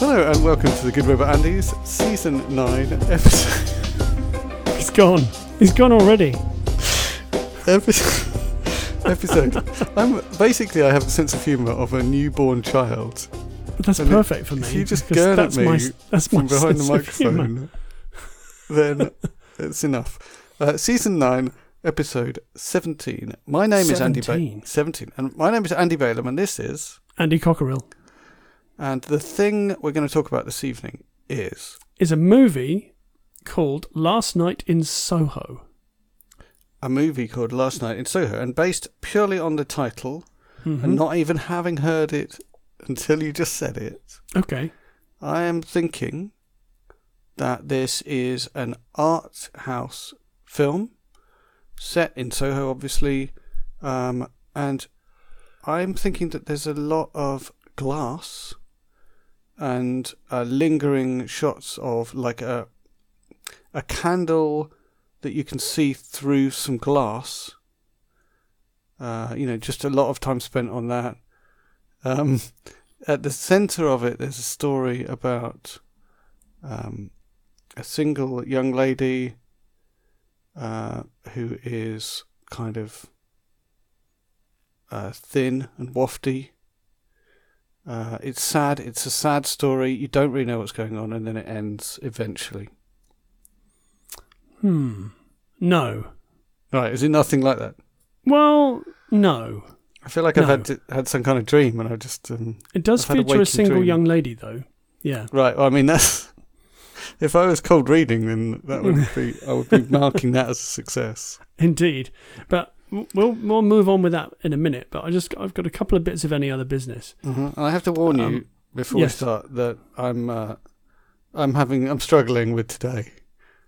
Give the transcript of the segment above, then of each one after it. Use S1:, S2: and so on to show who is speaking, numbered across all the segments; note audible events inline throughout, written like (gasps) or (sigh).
S1: and welcome to the Good River Andes, Season 9, Episode. (laughs)
S2: He's gone. He's gone already.
S1: episode, episode. I'm, basically, I have a sense of humour of a newborn child.
S2: But that's
S1: And if-
S2: perfect for me.
S1: if you just
S2: because
S1: gird at
S2: that's my,
S1: me
S2: s- that's my
S1: from behind the
S2: sense of humour.
S1: microphone, then it's enough. Uh, season nine, episode seventeen. My name is Andy. Ba-
S2: 17.
S1: seventeen, and my name is Andy Balaam, and this is.
S2: Andy Cockerill
S1: And the thing we're going to talk about this evening is,
S2: is a movie called Last Night in Soho.
S1: a movie called Last Night in Soho, and based purely on the title,
S2: Mm-hmm.
S1: and not even having heard it until you just said it,
S2: Okay.
S1: I am thinking that this is an art house film set in Soho, obviously, um, and I'm thinking that there's a lot of glass and uh, lingering shots of like a a candle that you can see through some glass. Uh, you know, just a lot of time spent on that. Um, at the center of it, there's a story about um, a single young lady uh, who is kind of uh, thin and wafty. Uh, it's sad. It's a sad story. You don't really know what's going on, and then it ends eventually.
S2: Hmm. No.
S1: Right? Is it nothing like that?
S2: Well, no.
S1: I feel like I've
S2: No.
S1: had to, had some kind of dream, and I just um,
S2: It does
S1: I've had a
S2: feature a,
S1: waking
S2: single
S1: dream.
S2: young lady, though. Yeah.
S1: right. Well, I mean, that's (laughs) if I was cold reading, then that would be I would be marking that as a success.
S2: Indeed, but w- we'll we'll move on with that in a minute. But I just I've got a couple of bits of any other business.
S1: Mhm. And I have to warn you
S2: Um,
S1: before we
S2: yes.
S1: start that I'm uh, I'm having I'm struggling with today.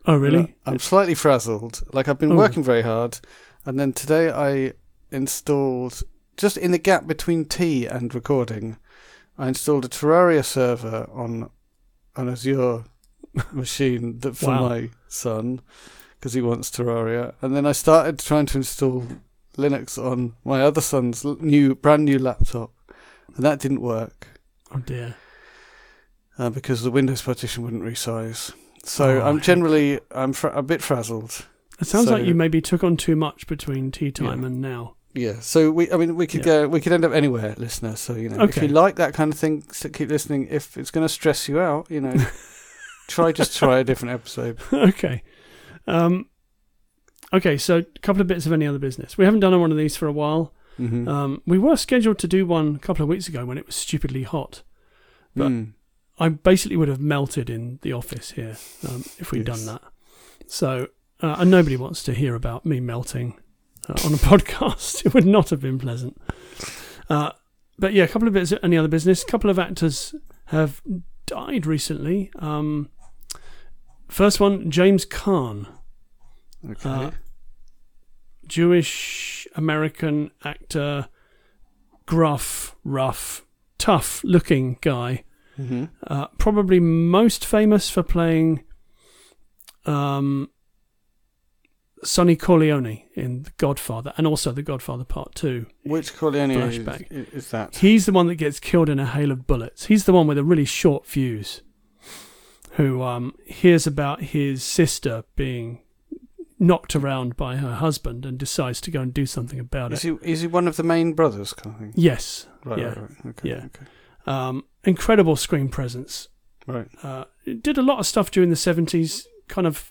S2: Oh really?
S1: I'm slightly frazzled. Like I've been
S2: Oh.
S1: working very hard, and then today I installed just in the gap between tea and recording, I installed a Terraria server on an Azure (laughs) machine that for
S2: Wow.
S1: my son because he wants Terraria, and then I started trying to install Linux on my other son's l- new brand new laptop, and that didn't work
S2: Oh dear.
S1: uh, because the Windows partition wouldn't resize. So
S2: Oh,
S1: I'm
S2: heck.
S1: generally I'm fra- a bit frazzled.
S2: It sounds
S1: So-
S2: like you maybe took on too much between tea time
S1: Yeah.
S2: and now.
S1: Yeah, so we, I mean, we could go, we could end up anywhere, listener. So you know, if
S2: Okay.
S1: you like that kind of thing, s- keep listening. If it's going to stress you out,
S2: (laughs)
S1: you know, try just try a different episode.
S2: okay. Um, okay, so a couple of bits of any other business. We haven't done one of these for a while.
S1: Mm-hmm.
S2: Um, we were scheduled to do one a couple of weeks ago when it was stupidly hot. but-
S1: Mm,
S2: I basically would have melted in the office here um, if we had
S1: Yes.
S2: done that. So, uh, and nobody wants to hear about me melting uh, on a (laughs) podcast. It would not have been pleasant. Uh, but yeah, a couple of bits. Any other business? A couple of actors have died recently. Um, first one, James Kahn.
S1: okay.
S2: uh, Jewish American actor, gruff, rough, tough looking guy.
S1: Mhm.
S2: Uh, probably most famous for playing um, Sonny Corleone in The Godfather and also The Godfather Part 2.
S1: Which Corleone is,
S2: Flashback.
S1: i- is that?
S2: He's the one that gets killed in a hail of bullets. He's the one with a really short fuse who um, hears about his sister being knocked around by her husband and decides to go and do something about
S1: Is
S2: it.
S1: he is he one of the main brothers kind of thing?
S2: Yes.
S1: Right,
S2: yeah.
S1: right, right. Okay,
S2: Yeah.
S1: okay.
S2: Um, incredible screen presence.
S1: Right.
S2: Uh, it did a lot of stuff during the 70s, kind of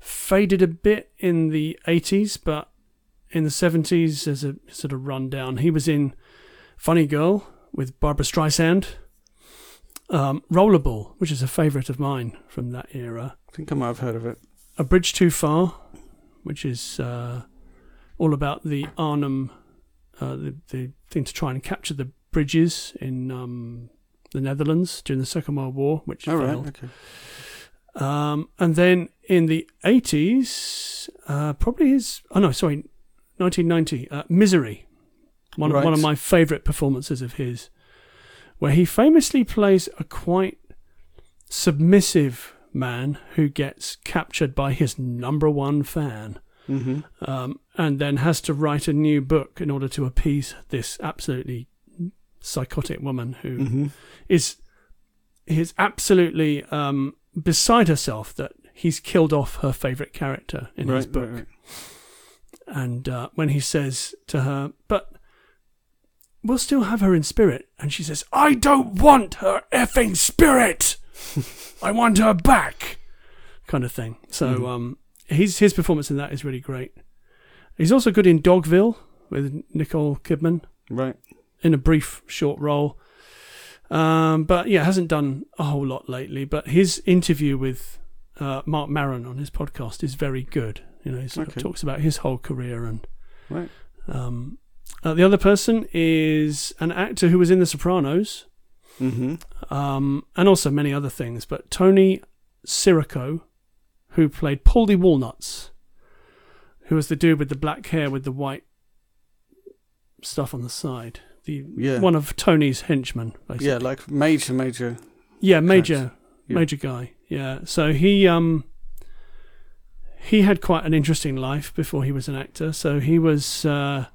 S2: faded a bit in the 80s, but in the 70s, there's a sort of rundown. He was in Funny Girl with Barbara Streisand, um, Rollerball, which is a favourite of mine from that era,
S1: I think I might have heard of it.
S2: A Bridge Too Far, which is uh, all about the Arnhem, uh, the, the thing to try and capture the bridges in um, the Netherlands during the Second World War, which
S1: All right.
S2: failed.
S1: Okay.
S2: Um, and then in the 80s, uh, probably his, oh no, sorry, 1990, uh, Misery. One,
S1: Right.
S2: one of my favourite performances of his, where he famously plays a quite submissive man who gets captured by his number one fan
S1: Mm-hmm.
S2: um, and then has to write a new book in order to appease this absolutely psychotic woman who
S1: Mm-hmm.
S2: is is absolutely um, beside herself that he's killed off her favorite character in his
S1: Right,
S2: book.
S1: right, right.
S2: And uh, when he says to her, but we'll still have her in spirit. And she says, I don't want her effing spirit. I want her back. Kind of thing. So
S1: Mm-hmm.
S2: um, his, his performance in that is really great. He's also good in Dogville with Nicole Kidman
S1: Right.
S2: in a brief short role. Um, but yeah, hasn't done a whole lot lately. But his interview with uh, Mark Maron on his podcast is very good. You know, he sort
S1: Okay.
S2: of talks about his whole career and
S1: Right.
S2: um, uh, the other person is an actor who was in The Sopranos
S1: Mm-hmm.
S2: um, and also many other things. But Tony Sirico, who played Paul the Walnuts, who was the dude with the black hair with the white stuff on the side, the
S1: Yeah.
S2: one of Tony's henchmen, basically.
S1: Yeah, like major, major.
S2: Yeah, major,
S1: Yeah.
S2: major guy. Yeah. So he um he had quite an interesting life before he was an actor. So he was uh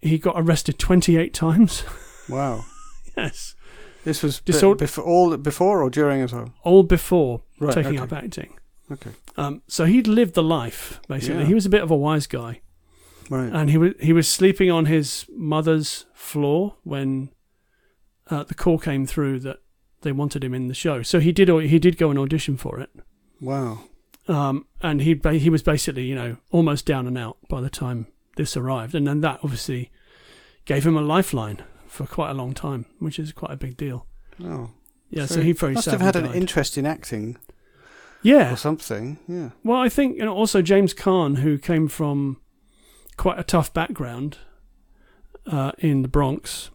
S2: he got arrested 28 (laughs) times.
S1: Wow.
S2: yes.
S1: This was b-
S2: Disor-
S1: before all before or during as well.
S2: All before
S1: Right, okay.
S2: taking up acting.
S1: Okay.
S2: Um so he'd lived the life basically.
S1: Yeah.
S2: He was a bit of a wise guy.
S1: Right.
S2: And he was he was sleeping on his mother's floor when uh, the call came through that they wanted him in the show. So he did au- he did go and audition for it.
S1: wow.
S2: um, and he ba- he was basically you know almost down and out by the time this arrived, and then that obviously gave him a lifeline for quite a long time, which is quite a big deal.
S1: Oh.
S2: Yeah, so, he very
S1: must have
S2: sadly
S1: had an
S2: died.
S1: interest in acting
S2: yeah.
S1: or something. Yeah.
S2: Well, I think you know also James Caan, who came from quite a tough background uh, in the Bronx,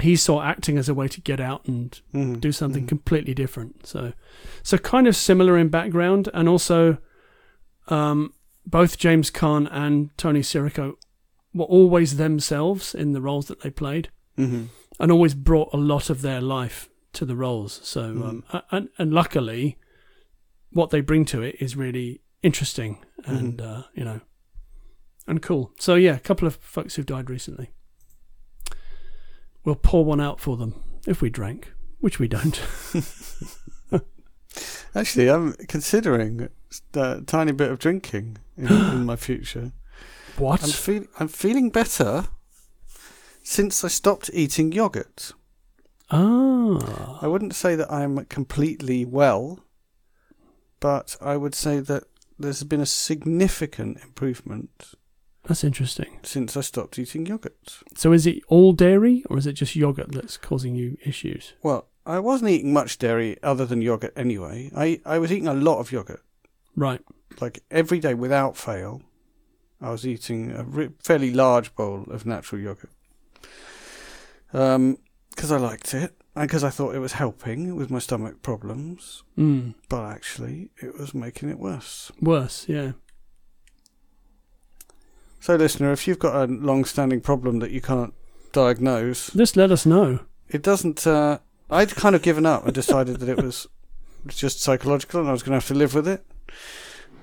S2: he saw acting as a way to get out and
S1: Mm-hmm.
S2: do something completely different. So, so kind of similar in background, and also, um, both James Caan and Tony Sirico were always themselves in the roles that they played,
S1: Mm-hmm.
S2: and always brought a lot of their life to the roles. So, um, a- and and luckily, what they bring to it is really interesting and uh, you know, and cool. So yeah, a couple of folks who've died recently. We'll pour one out for them if we drank, which we don't.
S1: Actually, I'm considering a tiny bit of drinking
S2: (gasps)
S1: in, in my future.
S2: What?
S1: I'm, feel- I'm feeling better since I stopped eating yogurt.
S2: ah.
S1: I wouldn't say that I'm completely well, but I would say that there's been a significant improvement
S2: That's interesting.
S1: since I stopped eating yogurt.
S2: So is it all dairy or is it just yogurt that's causing you issues?
S1: Well, I wasn't eating much dairy other than yogurt anyway. I, I was eating a lot of yogurt,
S2: Right.
S1: like every day without fail. I was eating a re- fairly large bowl of natural yogurt because I liked it and because I thought it was helping with my stomach problems.
S2: Mm.
S1: But actually, it was making it worse.
S2: Worse, yeah.
S1: So, listener, if you've got a long-standing problem that you can't diagnose,
S2: Just let us know.
S1: it doesn't. Uh, I'd kind of given up and decided that it was just psychological, and I was going to have to live with it.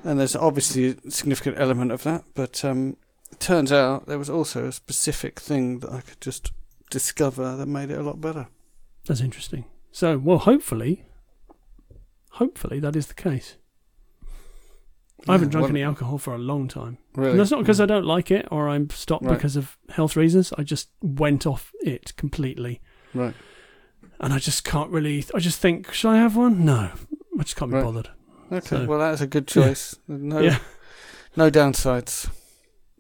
S1: And there's obviously a significant element of that, but um, it turns out there was also a specific thing that I could just discover that made it a lot better.
S2: That's interesting. So, well, hopefully, hopefully that is the case. I haven't
S1: Yeah,
S2: drunk
S1: well-
S2: any alcohol for a long time.
S1: Really, Mm.
S2: And that's not because I don't like it or I'm stopped
S1: Right.
S2: because of health reasons. I just went off it completely.
S1: Right.
S2: And I just can't really, I just think, should I have one? No. I just can't be
S1: Right.
S2: bothered.
S1: Okay,
S2: so-
S1: well that's a good choice. No,
S2: Yeah.
S1: no downsides.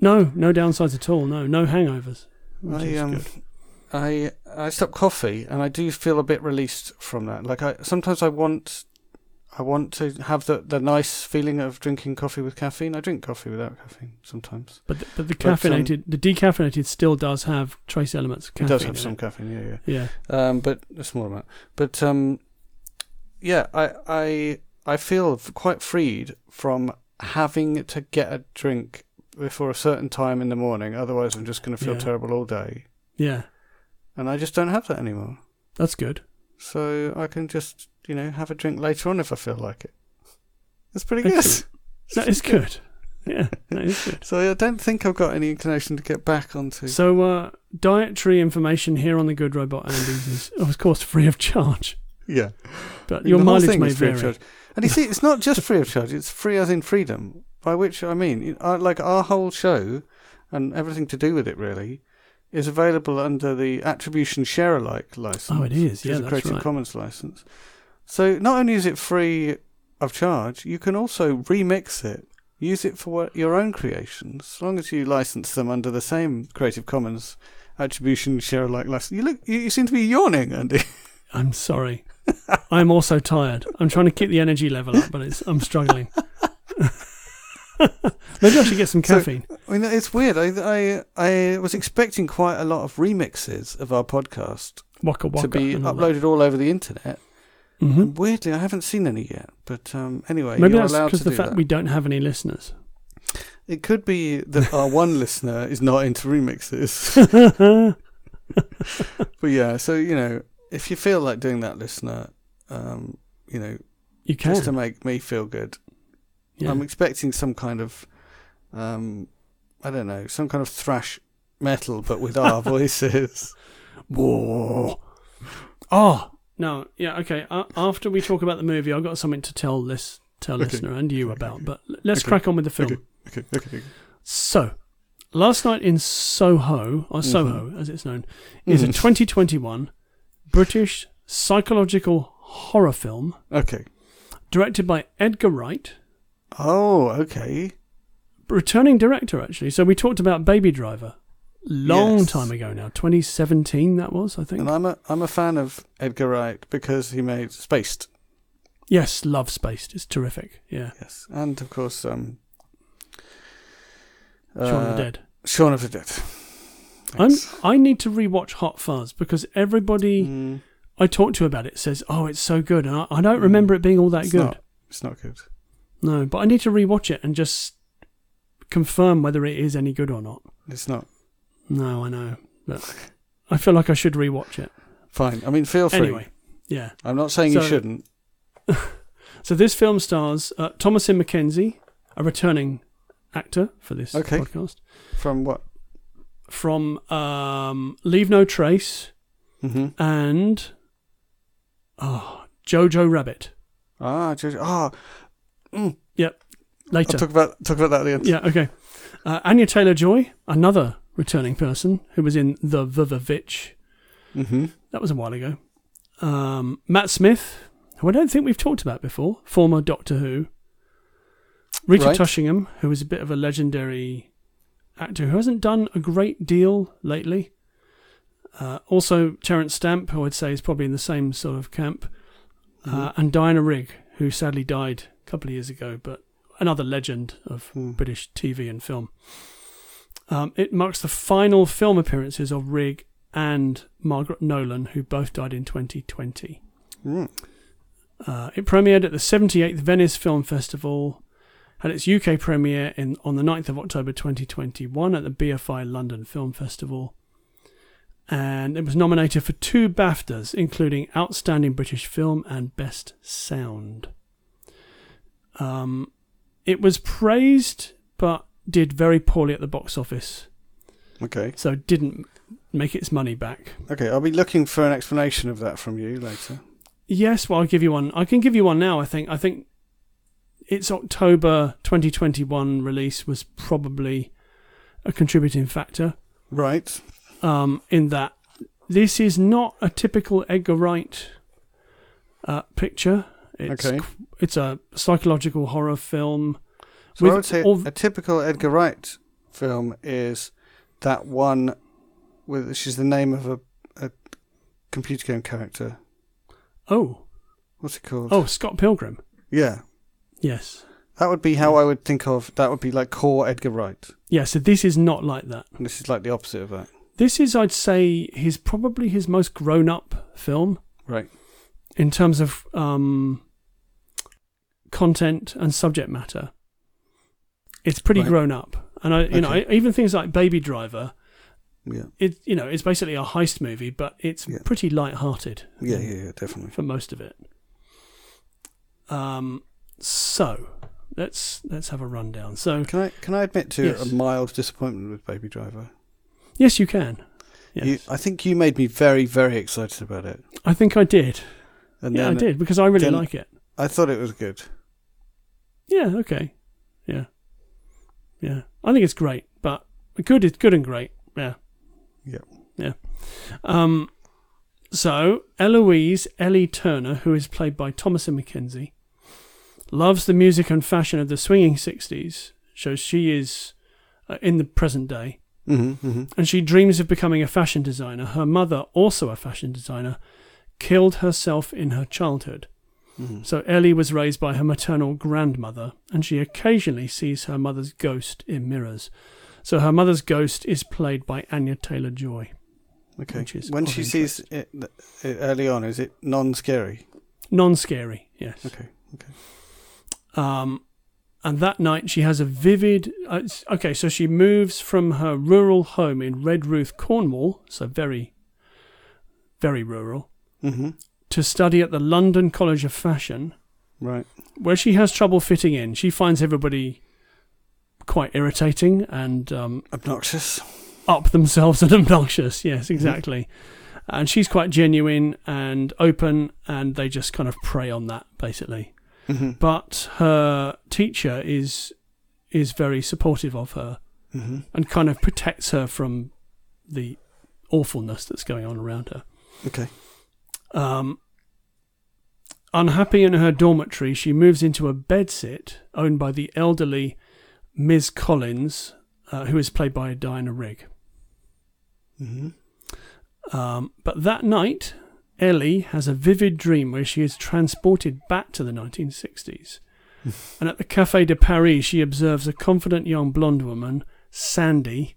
S2: No, no downsides at all. No, no hangovers. which
S1: I
S2: is
S1: um,
S2: good.
S1: I I stopped coffee, and I do feel a bit released from that. Like I sometimes I want, I want to have the the nice feeling of drinking coffee with caffeine. I drink coffee without caffeine sometimes.
S2: but the, but the
S1: but, um,
S2: caffeinated, the decaffeinated still does have trace elements. Of
S1: It
S2: caffeine
S1: does have
S2: in
S1: some
S2: it.
S1: caffeine, yeah,
S2: Yeah,
S1: yeah. Um, but a small amount. But um, yeah, I I I feel f- quite freed from having to get a drink before a certain time in the morning. Otherwise, I'm just going to feel
S2: Yeah.
S1: terrible all day,
S2: yeah,
S1: and I just don't have that anymore.
S2: that's good.
S1: so I can just you know have a drink later on if I feel like it. That's pretty good.
S2: Excellent.
S1: (laughs)
S2: That is good. Yeah, that is good.
S1: So I don't think I've got any inclination to get back onto.
S2: So, uh, dietary information here on the Good Robot Andes is, of course, free of charge.
S1: Yeah.
S2: But your
S1: the whole
S2: mileage
S1: thing
S2: may
S1: is free
S2: vary.
S1: of charge. And you see, it's not just free of charge; it's free as in freedom. By which I mean, you- uh, like our whole show and everything to do with it, really, is available under the attribution share alike license.
S2: Oh, it is.
S1: which
S2: Yeah,
S1: is a
S2: that's
S1: Creative
S2: right.
S1: Commons license. So not only is it free of charge, you can also remix it, use it for what, your own creations, as long as you license them under the same Creative Commons attribution share alike license. You look, you, you seem to be yawning, Andy.
S2: I'm sorry. I'm also tired. I'm trying to keep the energy level up, but it's I'm struggling.
S1: (laughs)
S2: (laughs) Maybe I should get some
S1: So-
S2: caffeine.
S1: I mean, it's weird. I, I, I was expecting quite a lot of remixes of our podcast
S2: waka waka.
S1: to be
S2: and all that.
S1: uploaded all over the internet.
S2: Mhm.
S1: And weirdly, I haven't seen any yet. But um, anyway,
S2: Maybe
S1: you're
S2: that's
S1: allowed
S2: because
S1: to
S2: the
S1: do
S2: fact
S1: that.
S2: we don't have any listeners. (laughs)
S1: It could be that our one listener is not into
S2: (laughs)
S1: remixes.
S2: That's
S1: but yeah, so, you know, if you feel like doing that, listener, um, you know,
S2: You
S1: just to
S2: can.
S1: make me feel good,
S2: Yeah.
S1: I'm expecting some kind of, um, I don't know, some kind of thrash metal, but with
S2: (laughs)
S1: our voices.
S2: Whoa.
S1: Ah.
S2: Oh no. Yeah. Okay. A after we talk about the movie, I've got something to tell this tell
S1: Okay.
S2: listener and you about. But l- let's
S1: Okay.
S2: crack on with the film.
S1: Okay. Okay, okay, okay.
S2: So, last night in Soho,
S1: Mm-hmm.
S2: or Soho as it's known, is a
S1: Mhm.
S2: 2021 British psychological horror film
S1: Okay.
S2: directed by Edgar Wright,
S1: Oh, okay.
S2: returning director actually. So we talked about Baby Driver long
S1: Yes.
S2: time ago now, 2017 that was, I think.
S1: And I'm a I'm a fan of Edgar Wright because he made Spaced,
S2: yes, Love Spaced. It's terrific. Yeah.
S1: yes, and of course, um,
S2: Shaun of
S1: uh,
S2: the Dead.
S1: Shaun of the Dead.
S2: I'm,
S1: Thanks.
S2: I need to rewatch Hot Fuzz because everybody
S1: Mm,
S2: I talk to about it says, "Oh, it's so good," and I, I don't remember it being all that
S1: it's
S2: good.
S1: Not, it's not good.
S2: No, but I need to rewatch it and just confirm whether it is any good or not.
S1: It's not
S2: No, I know, but
S1: (laughs)
S2: I feel like I should rewatch it
S1: fine. I mean, feel free.
S2: anyway. Yeah.
S1: I'm not saying you
S2: So-
S1: shouldn't.
S2: So this film stars uh, Thomasin McKenzie, a returning actor for this
S1: Okay.
S2: podcast
S1: From what?
S2: from um, Leave No Trace
S1: hmm
S2: and oh, Jojo Rabbit.
S1: Ah, Jojo. Ah, I'll
S2: Later,
S1: talk about talk about that later.
S2: yeah, okay. Uh, Anya Taylor Joy, another returning person who was in The Vivitch.
S1: Mm-hmm.
S2: That was a while ago. Um, Matt Smith, who I don't think we've talked about before, former Doctor Who. Rita
S1: Right.
S2: Tushingham, who is a bit of a legendary actor who hasn't done a great deal lately. Uh, also, Terence Stamp, who I'd say is probably in the same sort of camp.
S1: Mm-hmm.
S2: Uh, and Diana Rigg, who sadly died a couple of years ago, but another legend of
S1: Hmm.
S2: British TV and film. Um, it marks the final film appearances of Rigg and Margaret Nolan, who both died in 2020.
S1: Mm.
S2: Uh, it premiered at the 78th Venice Film Festival, had its UK premiere in, on the 9th of October 2021 at the BFI London Film Festival. And it was nominated for two BAFTAs, including Outstanding British Film and Best Sound. Um, it was praised, but did very poorly at the box office,
S1: Okay.
S2: so didn't make its money back.
S1: Okay. I'll be looking for an explanation of that from you later.
S2: Yes, well, I'll give you one. I can give you one now. I think. I think its October 2021 release was probably a contributing factor
S1: Right.
S2: um, in that this is not a typical Edgar Wright uh, picture. It's
S1: okay.
S2: qu- it's a psychological horror film.
S1: So
S2: with
S1: I would say
S2: all-
S1: a typical Edgar Wright film is that one with which is the name of a, a computer game character.
S2: oh
S1: What's it called?
S2: oh Scott Pilgrim.
S1: yeah,
S2: Yes.
S1: that would be how I would think of. That would be like core Edgar Wright.
S2: Yeah, so this is not like that.
S1: And this is like the opposite of that.
S2: This is, I'd say, his probably his most grown-up film.
S1: Right.
S2: in terms of um, content and subject matter. It's pretty
S1: Right.
S2: grown up, and I, you know,
S1: Okay.
S2: I- even things like Baby Driver,
S1: Yeah.
S2: it, you know, it's basically a heist movie, but it's
S1: Yeah.
S2: pretty light-hearted
S1: Yeah. Yeah. yeah definitely.
S2: for most of it. Um, so let's let's have a rundown. So
S1: Can I can I admit to
S2: Yes.
S1: a mild disappointment with Baby Driver?
S2: yes, you can. Yes.
S1: You, I think you made me very, very excited about it.
S2: I think I did.
S1: And
S2: Yeah, I
S1: then
S2: did because I really
S1: then-
S2: like it.
S1: I thought it was good.
S2: Yeah. Okay. Yeah. Yeah. I think it's great, but good is good and great. Yeah.
S1: Yep.
S2: Yeah. Um. So Eloise Ellie Turner, who is played by Thomas and McKenzie, loves the music and fashion of the swinging '60s. So she is uh, in the present day.
S1: Mm-hmm, mm-hmm.
S2: and she dreams of becoming a fashion designer. Her mother, also a fashion designer, killed herself in her childhood.
S1: Mhm.
S2: So Ellie was raised by her maternal grandmother, and she occasionally sees her mother's ghost in mirrors. So her mother's ghost is played by Anya Taylor Joy.
S1: Okay.
S2: Which is
S1: When
S2: of
S1: she sees it, th- it early on, is it non-scary?
S2: Non scary, yes.
S1: Okay.
S2: Um, and that night she has a vivid. Uh, it's- okay, so she moves from her rural home in Redruth, Cornwall, so very, very rural,
S1: Mm-hmm.
S2: to study at the London College of Fashion,
S1: Right.
S2: where she has trouble fitting in. She finds everybody quite irritating and um,
S1: Obnoxious.
S2: up (laughs) themselves and obnoxious. Yes, exactly. And she's quite genuine and open, and they just kind of prey on that basically.
S1: Mm-hmm.
S2: But her teacher is is very supportive of her
S1: Mm-hmm.
S2: and kind of protects her from the awfulness that's going on around her.
S1: Okay.
S2: Um, unhappy in her dormitory, she moves into a bedsit owned by the elderly Ms. Collins, uh, who is played by Diana Rigg.
S1: Mm-hmm.
S2: Um, but that night, Ellie has a vivid dream where she is transported back to the 1960s. and at the Café de Paris, she observes a confident young blonde woman, Sandy,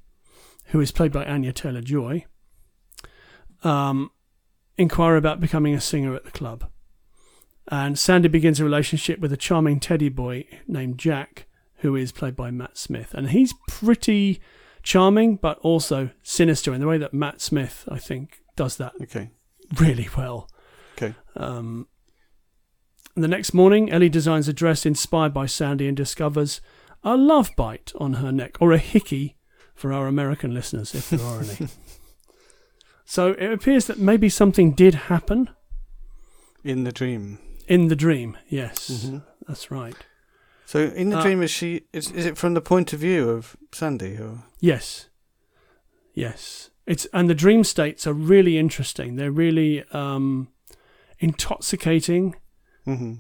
S2: who is played by Anya Taylor Joy, um, inquire about becoming a singer at the club. And Sandy begins a relationship with a charming teddy boy named Jack, who is played by Matt Smith. And he's pretty charming, but also sinister in the way that Matt Smith, I think, does that
S1: Okay.
S2: really well.
S1: Okay.
S2: Um, and the next morning, Ellie designs a dress inspired by Sandy and discovers a love bite on her neck, or a hickey for our American listeners, if there are
S1: (laughs)
S2: any. So it appears that maybe something did happen
S1: In the dream.
S2: in the dream. Yes,
S1: Mm-hmm.
S2: that's right.
S1: So in the
S2: Uh,
S1: dream, is she? Is, is it from the point of view of Sandy? Or
S2: Yes. Yes. It's and the dream states are really interesting. They're really um, intoxicating
S1: mm-hmm.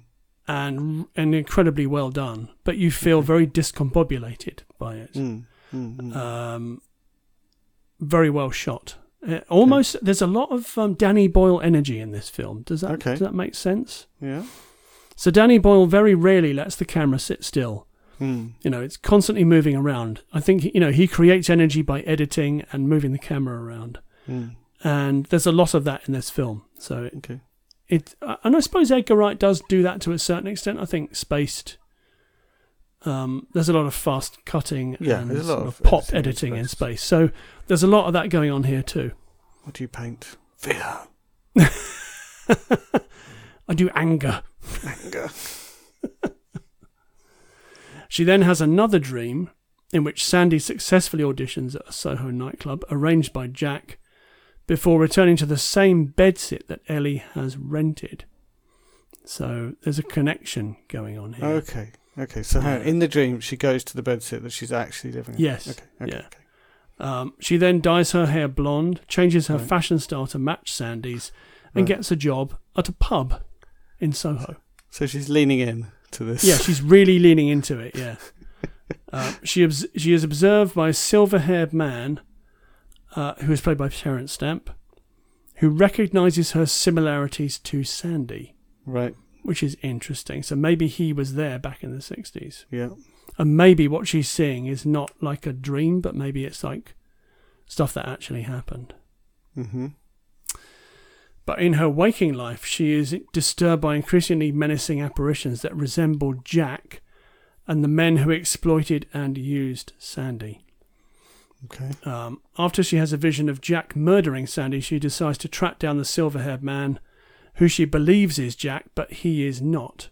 S2: and and incredibly well done. But you feel very discombobulated by it.
S1: mm Mm.
S2: Um, very well shot. Uh, almost there's a lot of um, Danny Boyle energy in this film. Does that
S1: Okay.
S2: does that make sense?
S1: yeah.
S2: So Danny Boyle very rarely lets the camera sit still.
S1: Mm.
S2: You know, it's constantly moving around. I think you know he creates energy by editing and moving the camera around.
S1: Mm.
S2: and there's a lot of that in this film. So it,
S1: Okay.
S2: it uh, and I suppose Edgar Wright does do that to a certain extent. I think spaced. Um, there's a lot of fast cutting
S1: Yeah,
S2: and
S1: there's a lot of
S2: sort of pop
S1: editing in
S2: editing in
S1: space.
S2: space. So there's a lot of that going on here too.
S1: What do you paint? Fear.
S2: I do anger.
S1: (laughs) Anger.
S2: She then has another dream in which Sandy successfully auditions at a Soho nightclub arranged by Jack before returning to the same bedsit that Ellie has rented. So there's a connection going on here.
S1: Okay. Okay. So hang on. in the dream, she goes to the bedsit that she's actually living in.
S2: Yes.
S1: Okay. Okay.
S2: Yeah. Um, she then dyes her hair blonde, changes her
S1: Right.
S2: fashion style to match Sandy's, and
S1: Right.
S2: gets a job at a pub
S1: (laughs)
S2: in Soho.
S1: So she's leaning in to this.
S2: Yeah, she's really leaning into it. Yeah, uh, she obs- she is observed by a silver-haired man, uh, who is played by Terence Stamp, who recognises her similarities to Sandy,
S1: Right.
S2: which is interesting. So maybe he was there back in the sixties.
S1: Yeah.
S2: and maybe what she's seeing is not like a dream, but maybe it's like stuff that actually happened.
S1: Mm-hmm.
S2: But in her waking life, she is disturbed by increasingly menacing apparitions that resemble Jack and the men who exploited and used Sandy.
S1: Okay.
S2: Um, after she has a vision of Jack murdering Sandy, she decides to track down the silver haired man who she believes is Jack, but he is not.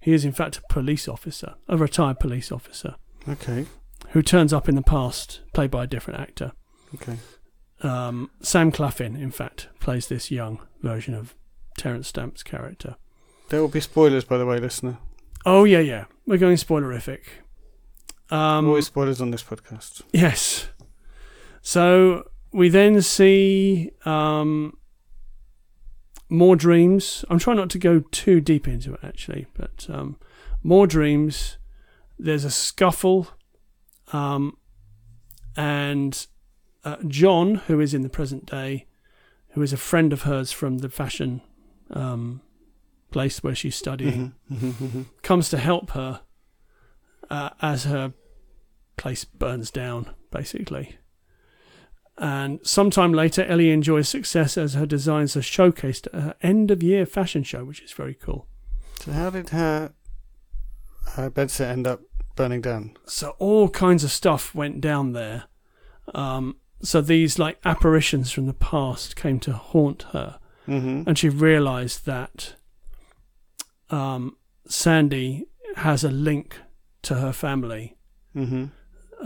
S2: He is, in fact, a police officer, a retired police officer,
S1: Okay.
S2: who turns up in the past, played by a different actor.
S1: Okay.
S2: Um, Sam Claflin, in fact, plays this young version of Terence Stamp's character.
S1: There will be spoilers, by the way, listener.
S2: Oh yeah, yeah. We're going spoilerific. Um,
S1: Always spoilers on this podcast.
S2: Yes. So we then see um, more dreams. I'm trying not to go too deep into it, actually, but um, more dreams. There's a scuffle, um, and uh, John, who is in the present day, who is a friend of hers from the fashion um, place where she's studying,
S1: Mm-hmm.
S2: comes to help her uh, as her place burns down, basically. And sometime later, Ellie enjoys success as her designs are showcased at her end of year fashion show, which is very cool.
S1: so, how did her, her bedsit uh, end up burning down?
S2: So, all kinds of stuff went down there. Um, so, these like apparitions from the past came to haunt her.
S1: Mm-hmm.
S2: and she realized that um, Sandy has a link to her family.
S1: Mm-hmm.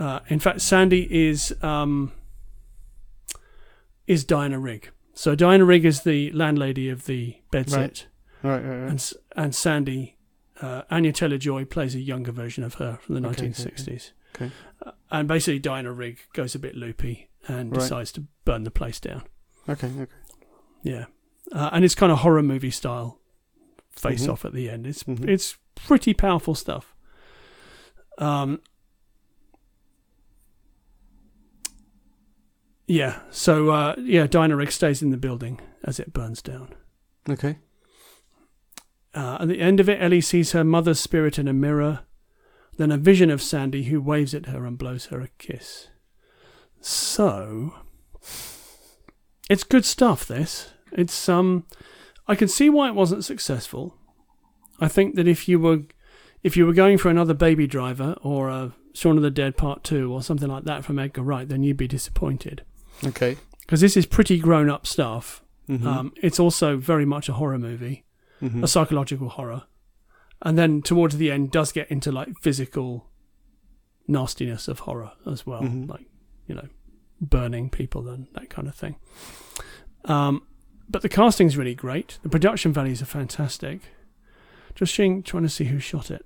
S2: Uh, in fact, Sandy is um, is Diana Rigg. So Diana Rigg is the landlady of the bedsit,
S1: Right. Right, right, right.
S2: and S- and Sandy uh, Anya Taylor Joy plays a younger version of her from the
S1: Okay, okay, okay.
S2: nineteen sixties.
S1: Okay.
S2: Uh, and basically, Diana Rigg goes a bit loopy and
S1: Right.
S2: decides to burn the place down.
S1: Okay, okay.
S2: Yeah, uh, and it's kind of horror movie style face off at the end. It's
S1: Mhm.
S2: it's pretty powerful stuff. Um, yeah. So uh, yeah, Dinah Rigg stays in the building as it burns down.
S1: Okay.
S2: Uh, at the end of it, Ellie sees her mother's spirit in a mirror, then a vision of Sandy who waves at her and blows her a kiss. So, it's good stuff. This it's um, I can see why it wasn't successful. I think that if you were, if you were going for another Baby Driver or a Shaun of the Dead Part Two or something like that from Edgar Wright, then you'd be disappointed
S1: Okay.
S2: because this is pretty grown-up stuff.
S1: Mm-hmm.
S2: Um, it's also very much a horror movie
S1: hmm
S2: a psychological horror, and then towards the end does get into like physical nastiness of horror as well,
S1: Mhm.
S2: like you know, burning people and that kind of thing. Um, but the casting's really great. The production values are fantastic. Just seeing, trying to see who shot it.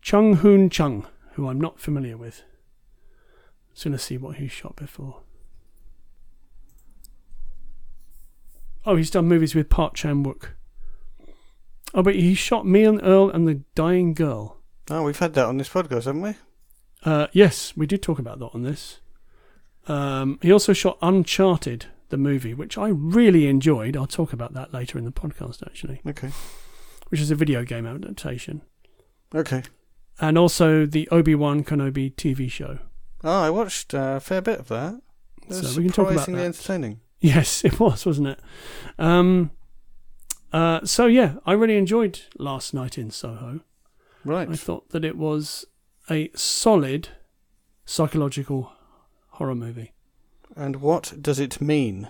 S2: Chung Hoon Chung, who I'm not familiar with. Just going to see what he shot before. Oh, he's done movies with Park Chan Wook. Oh, but he shot Me and Earl and the Dying Girl.
S1: Oh, we've had that on this podcast, haven't we?
S2: Uh, yes, we did talk about that on this. Um, he also shot Uncharted, the movie, which I really enjoyed. I'll talk about that later in the podcast, actually,
S1: Okay.
S2: which is a video game adaptation.
S1: Okay.
S2: And also the Obi Wan Kenobi TV show.
S1: Oh, I watched uh, a fair bit of that. It was
S2: So we can talk about
S1: surprisingly
S2: that.
S1: entertaining.
S2: (laughs) Yes, it was, wasn't it? Um, uh, so, yeah, I really enjoyed Last Night in Soho.
S1: Right.
S2: I thought that it was a solid psychological horror movie.
S1: And what does it mean?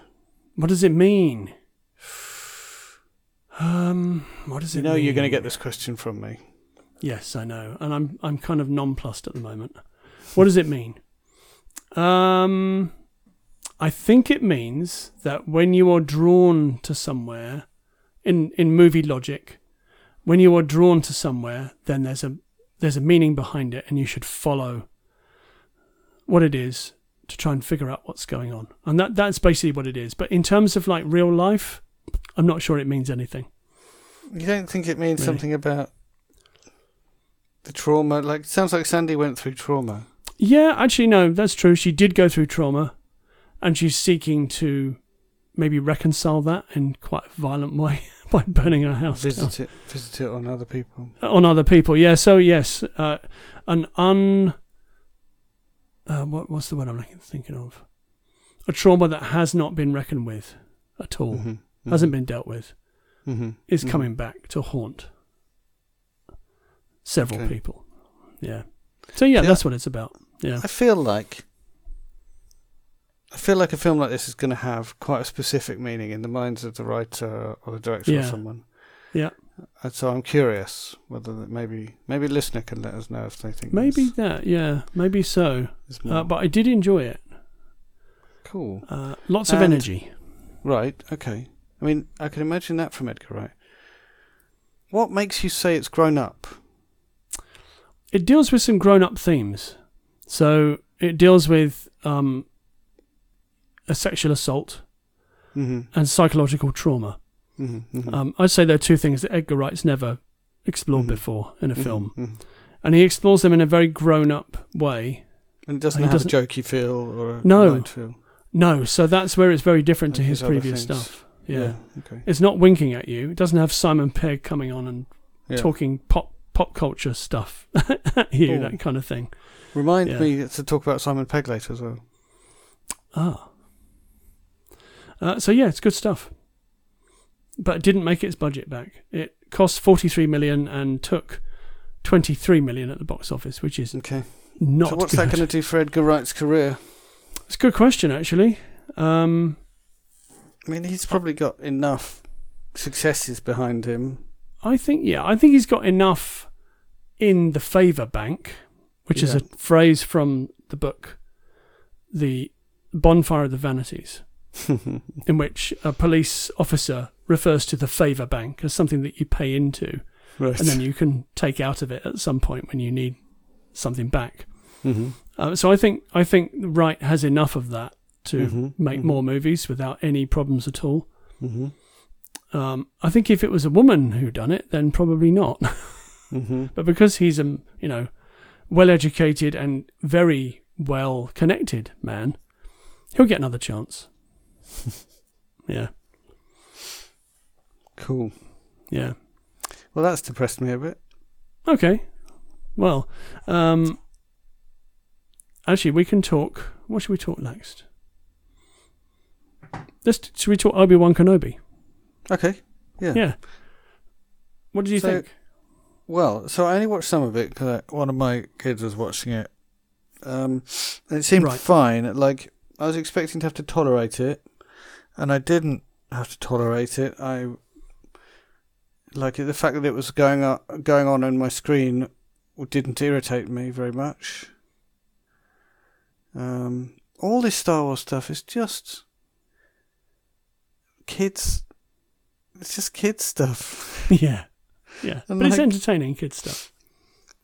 S2: What does it mean? (sighs) Um, what does it
S1: You know
S2: mean?
S1: you're going to get this question from me.
S2: Yes, I know, and I'm I'm kind of nonplussed at the moment. What does it mean? Um, I think it means that when you are drawn to somewhere, in in movie logic, when you are drawn to somewhere, then there's a there's a meaning behind it, and you should follow what it is to try and figure out what's going on. And that that's basically what it is. But in terms of like real life, I'm not sure it means anything.
S1: You don't think it means
S2: Really?
S1: something about the trauma? Like, it sounds like Sandy went through trauma.
S2: Yeah, actually, no, that's true. She did go through trauma, and she's seeking to maybe reconcile that in quite a violent (laughs) way by burning her house down
S1: Visit it, visit it on other people.
S2: on other people. Yeah, so yes, uh, an un. Uh, what, what's the word I'm looking- thinking of? A trauma that has not been reckoned with at all, Oh. hasn't been dealt with,
S1: Mm-hmm.
S2: is coming back to haunt several
S1: Okay.
S2: people. Yeah. So, yeah,
S1: Yeah.
S2: that's what it's about. Yeah.
S1: I feel like. I feel like a film like this is going to have quite a specific meaning in the minds of the writer or the director or
S2: Yeah.
S1: someone.
S2: Yeah.
S1: And so I'm curious whether that maybe maybe a listener can let us know if they think
S2: Maybe
S1: this
S2: that, yeah, maybe so.
S1: is
S2: Uh,
S1: more-
S2: but I did enjoy it.
S1: Cool.
S2: Uh, lots of
S1: And-
S2: energy.
S1: Right. Okay. I mean, I can imagine that from Edgar Wright. What makes you say it's grown up?
S2: It deals with some grown up themes. So it deals with um, a sexual assault
S1: Mm-hmm.
S2: and psychological trauma.
S1: Mm-hmm. mm-hmm.
S2: Um, I'd say they're two things that Edgar Wright's never explored
S1: Mhm.
S2: before in a
S1: Mhm,
S2: film.
S1: mhm.
S2: And he explores them in a very grown up way.
S1: And it doesn't
S2: He
S1: have
S2: doesn't-
S1: a jokey feel or a
S2: No.
S1: light feel.
S2: No, so that's where it's very different to
S1: Like
S2: his
S1: his other
S2: previous
S1: things.
S2: stuff. Yeah.
S1: Okay.
S2: It's not winking at you. It doesn't have Simon Pegg coming on and
S1: Yeah.
S2: talking pop pop culture stuff (laughs) at you,
S1: Ooh.
S2: that kind of thing.
S1: Remind
S2: Yeah.
S1: me to talk about Simon Pegg later as well.
S2: Ah. Uh, so yeah, it's good stuff. But it didn't make its budget back. It cost 43 million and took 23 million at the box office, which is
S1: Okay.
S2: not
S1: so what's
S2: good.
S1: that going to do for Edgar Wright's career?
S2: It's a good question actually. Um,
S1: I mean, he's probably got enough successes behind
S2: (laughs)
S1: him.
S2: I think yeah, I think he's got enough in the favor bank, which is a
S1: Yeah.
S2: phrase from the book, the Bonfire of the Vanities, in which a police officer refers to the favor bank as something that you pay into,
S1: Right.
S2: and then you can take out of it at some point when you need something back.
S1: (laughs) mm-hmm.
S2: Uh, so I think I think Wright has enough of that to
S1: Mhm,
S2: make
S1: mhm.
S2: more movies without any problems at all.
S1: Mm-hmm.
S2: Um, I think if it was a woman who done it, then probably not. (laughs)
S1: Mm-hmm.
S2: But because he's a you know well educated and very well connected man, he'll get another chance. yeah,
S1: Cool.
S2: yeah.
S1: Well, that's depressed me a bit.
S2: Okay. Well, um, actually, we can talk. What should we talk next? Let's, should we talk Obi Wan Kenobi?
S1: Okay. Yeah.
S2: Yeah. What did you
S1: So-
S2: think?
S1: (laughs) Well, so I only watched some of it because one of my kids was watching it. Um, and it seemed
S2: Right.
S1: fine. Like I was expecting to have to tolerate it, and I didn't have to tolerate it. I like the fact that it was going up, going on on my screen didn't irritate me very much. Um, all this Star Wars stuff is just kids. It's just kids stuff. (laughs)
S2: yeah, yeah.
S1: And
S2: But it's
S1: like-
S2: entertaining kid stuff.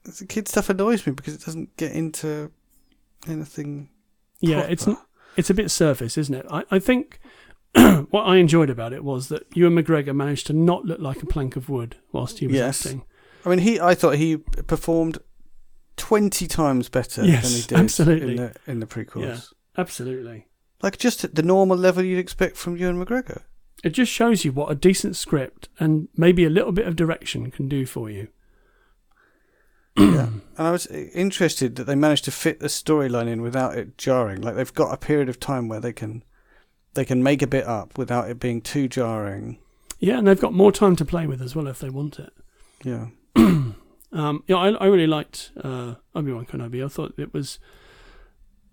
S1: the kid stuff annoys me because it doesn't get into anything.
S2: Yeah, it's
S1: proper.
S2: it's a bit surface, isn't it? I, I think (clears throat) what I enjoyed about it was that Ewan McGregor managed to not look like a plank of wood whilst he was
S1: Yes.
S2: acting.
S1: I mean, he. I thought he performed twenty times better
S2: Yes,
S1: than he did
S2: absolutely.
S1: in the in the prequels.
S2: Yeah. Absolutely.
S1: Like just at the normal level you'd expect from Ewan McGregor.
S2: It just shows you what a decent script and maybe a little bit of direction can do for you.
S1: yeah. And I was i- interested that they managed to fit the storyline in without it jarring. Like they've got a period of time where they can they can make a bit up without it being too jarring.
S2: Yeah, and they've got more time to play with as well if they want it.
S1: Yeah.
S2: Um, yeah, I, I really liked uh, Obi Wan Kenobi. I thought it was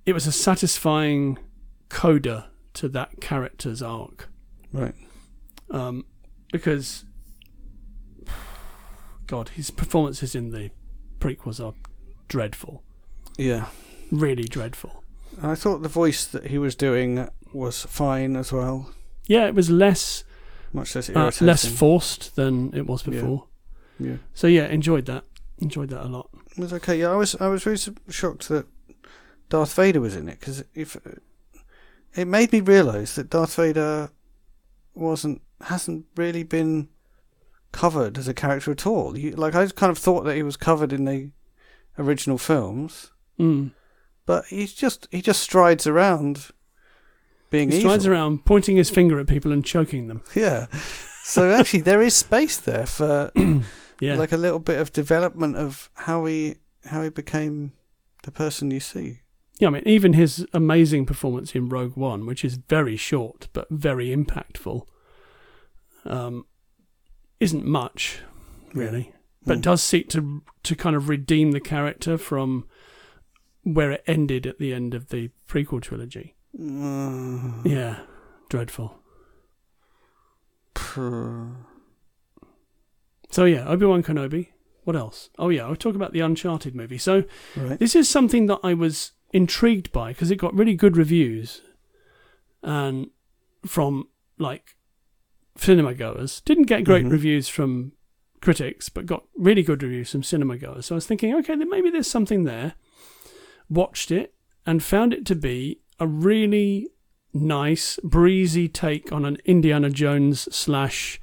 S2: it was a satisfying coda to that character's arc.
S1: Right.
S2: um, because God, his performances in the prequels are dreadful,
S1: Yeah.
S2: really dreadful.
S1: And I thought the voice that he was doing was fine as well.
S2: Yeah, it was less
S1: Much less
S2: uh,
S1: irritating.
S2: less forced than it was
S1: Yeah.
S2: before.
S1: yeah.
S2: So yeah, enjoyed that. Enjoyed that a lot.
S1: It was okay. Yeah, I was I was really su- shocked that Darth Vader was in it because if it made me realise that Darth Vader wasn't hasn't really been covered as a character at all. You, like I kind of thought that he was covered in the original films,
S2: Mm.
S1: but he's just he just strides around being
S2: He strides
S1: evil.
S2: around, pointing his finger at people and choking them.
S1: (laughs) Yeah. So actually, there is space there for
S2: Yeah,
S1: like a little bit of development of how he how he became the person you see.
S2: yeah. I mean, even his amazing performance in Rogue One, which is very short but very impactful, um, isn't much really. but
S1: Mm.
S2: does seek to to kind of redeem the character from where it ended at the end of the prequel trilogy.
S1: Mm.
S2: Yeah, dreadful. (laughs)
S1: Purr.
S2: So yeah, Obi Wan Kenobi. What else? Oh yeah, I'll talk about the Uncharted movie. So
S1: Right.
S2: this is something that I was intrigued by because it got really good reviews, and from like cinema goers. Didn't get great
S1: Mhm.
S2: reviews from critics, but got really good reviews from cinema goers. So I was thinking, okay, then maybe there's something there. Watched it and found it to be a really nice, breezy take on an Indiana Jones slash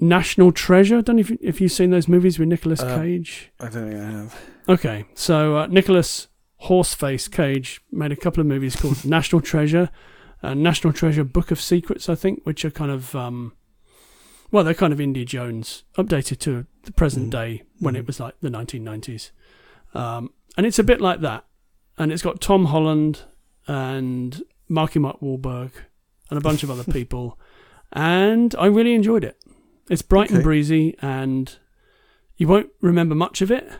S2: National Treasure. I don't know if, you- if you've seen those movies with Nicolas
S1: Uh,
S2: Cage.
S1: I don't think I have.
S2: Okay, so uh, Nicholas Horseface Cage made a couple of
S1: (laughs)
S2: movies called National Treasure, uh, National Treasure Book of Secrets, I think, which are kind of um, well, they're kind of Indie Jones updated to the present
S1: Mm.
S2: day when it
S1: Mhm.
S2: was like the 1990s, um, and it's a bit like that, and it's got Tom Holland and Marky Mark Wahlberg and a bunch
S1: (laughs)
S2: of other people, and I really enjoyed it. It's bright and
S1: Okay.
S2: breezy, and you won't remember much of it.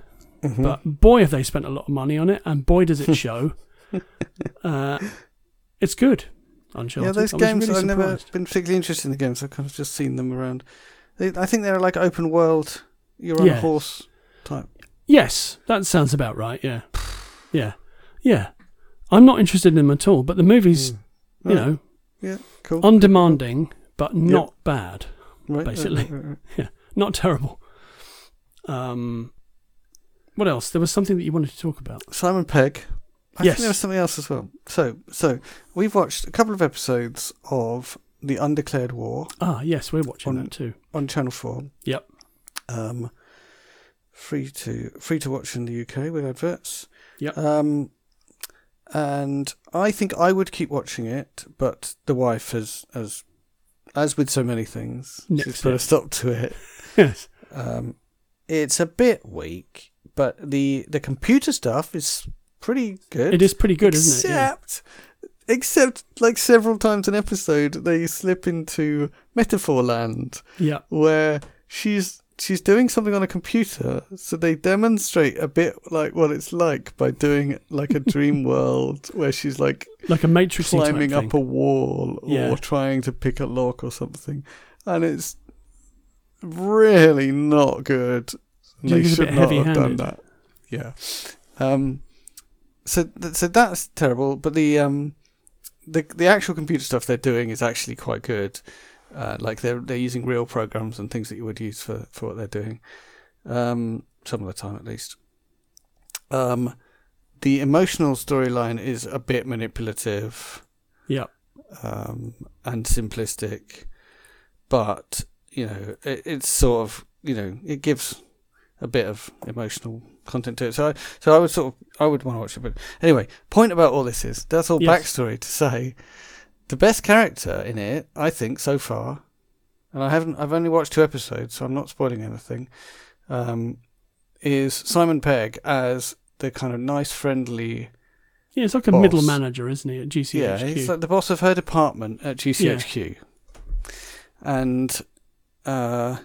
S1: Mhm.
S2: But boy, have they spent a lot of money on it, and boy, does it show. uh, it's good. Uncharted.
S1: yeah, those
S2: I was
S1: games
S2: really
S1: I've never
S2: surprised.
S1: been particularly interested in the games. I've kind of just seen them around. They, I think they're like open world. You're on
S2: Yeah.
S1: a horse type.
S2: Yes, that sounds about right. Yeah, yeah, yeah. I'm not interested in them at all, but the movie's,
S1: Mm.
S2: you
S1: Right,
S2: know,
S1: cool.
S2: undemanding but not bad,
S1: Right, right,
S2: basically.
S1: right, right,
S2: not terrible. Um, what else? There was something that you wanted to talk about.
S1: right. Simon Pegg. I
S2: Yes.
S1: think there was something else as well. So, so we've watched a couple of episodes of The Undeclared War
S2: Ah, yes, we're watching
S1: On- (laughs)
S2: that too.
S1: on Channel Four.
S2: Yep.
S1: Um, free to free to watch in the UK with adverts.
S2: Yep.
S1: Um, and I think I would keep watching it, but the wife has as as with so many things,
S2: Nixed
S1: she's put
S2: it.
S1: a stop to it.
S2: Yes.
S1: Um, it's a bit weak, but the the computer stuff is pretty good.
S2: It is pretty good,
S1: except,
S2: isn't it? Yeah.
S1: Except, like several times an episode, they slip into metaphor land
S2: yeah.
S1: where she's she's doing something on a computer so they demonstrate a bit like what it's like by doing like a dream world where she's like
S2: Like a matrix
S1: climbing up a wall or
S2: Yeah.
S1: trying to pick a lock or something and it's really not good
S2: Do you
S1: they
S2: think it's a
S1: should
S2: bit
S1: not have done
S2: heavy-handed?
S1: that yeah um so th- so that's terrible but the um the the actual computer stuff they're doing is actually quite good uh, like they're they're using real programs and things that you would use for for what they're doing um some of the time at least um the emotional storyline is a bit manipulative
S2: Yeah.
S1: um, and simplistic, but you know it, it's sort of you know it gives a bit of emotional content to it. So I, so I would sort of I would want to watch it. But anyway, point about all this is that's all
S2: Yes.
S1: backstory to say the best character in it I think so far, and I haven't I've only watched two episodes, so I'm not spoiling anything. Um, is Simon Pegg as the kind of nice, friendly,
S2: Yeah, it's like a
S1: boss.
S2: middle manager, isn't he, at GCHQ?
S1: yeah, he's like the boss of her department at GCHQ. And uh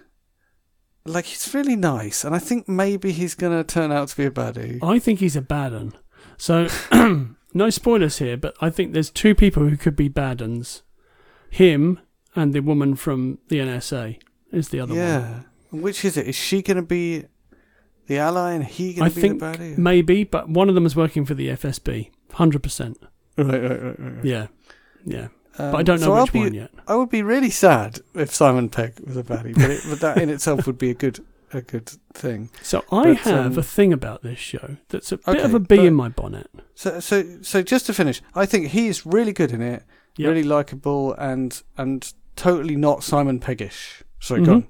S1: like he's really nice and I think maybe he's gonna turn out to be a baddie.
S2: I think he's a bad un. So, (clears throat) no spoilers here, but I think there's two people who could be bad uns. Him and the woman from the NSA is the other one.
S1: yeah. Which is it? Is she gonna be the ally and he gonna
S2: I
S1: be
S2: think
S1: the baddie?
S2: maybe, but one of them is working for the FSB. 100%.
S1: right, right, right, right. right.
S2: Yeah. Yeah.
S1: Um,
S2: but I don't know
S1: so I'll
S2: which
S1: be-
S2: one yet.
S1: I would be really sad if Simon Pegg was a baddie, but, it, but that in itself would be a good a good thing.
S2: So I
S1: but,
S2: have
S1: um,
S2: a thing about this show that's a bit
S1: okay,
S2: of a bee
S1: but-
S2: in my bonnet.
S1: So so so just to finish, I think he is really good in it.
S2: Yep.
S1: really likable and and totally not Simon Peggish. Sorry,
S2: Mhm.
S1: go on.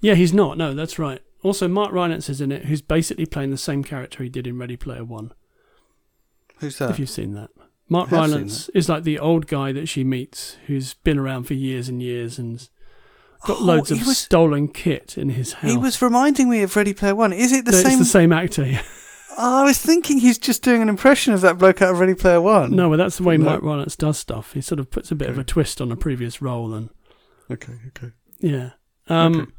S2: Yeah, he's not. No, that's right. Also, Mark Rylance is in it, who's basically playing the same character he did in Ready Player One.
S1: Who's
S2: if
S1: that?
S2: you've seen that. Mark
S1: I have seen
S2: Rylance is like the old guy that she meets who's been around for years and years and's got
S1: Oh,
S2: loads of
S1: he was-
S2: stolen kit in his house.
S1: He was reminding me of Ready Player One. Is it the
S2: So
S1: same?
S2: It's the same actor. yeah.
S1: Oh, I was thinking he's just doing an impression of that bloke out of Ready Player One.
S2: no, well, that's the way
S1: Um, No.
S2: Mark Rylance does stuff. He sort of puts a bit of a
S1: Okay.
S2: twist on a previous role and
S1: Okay. Okay.
S2: yeah. Um,
S1: Okay.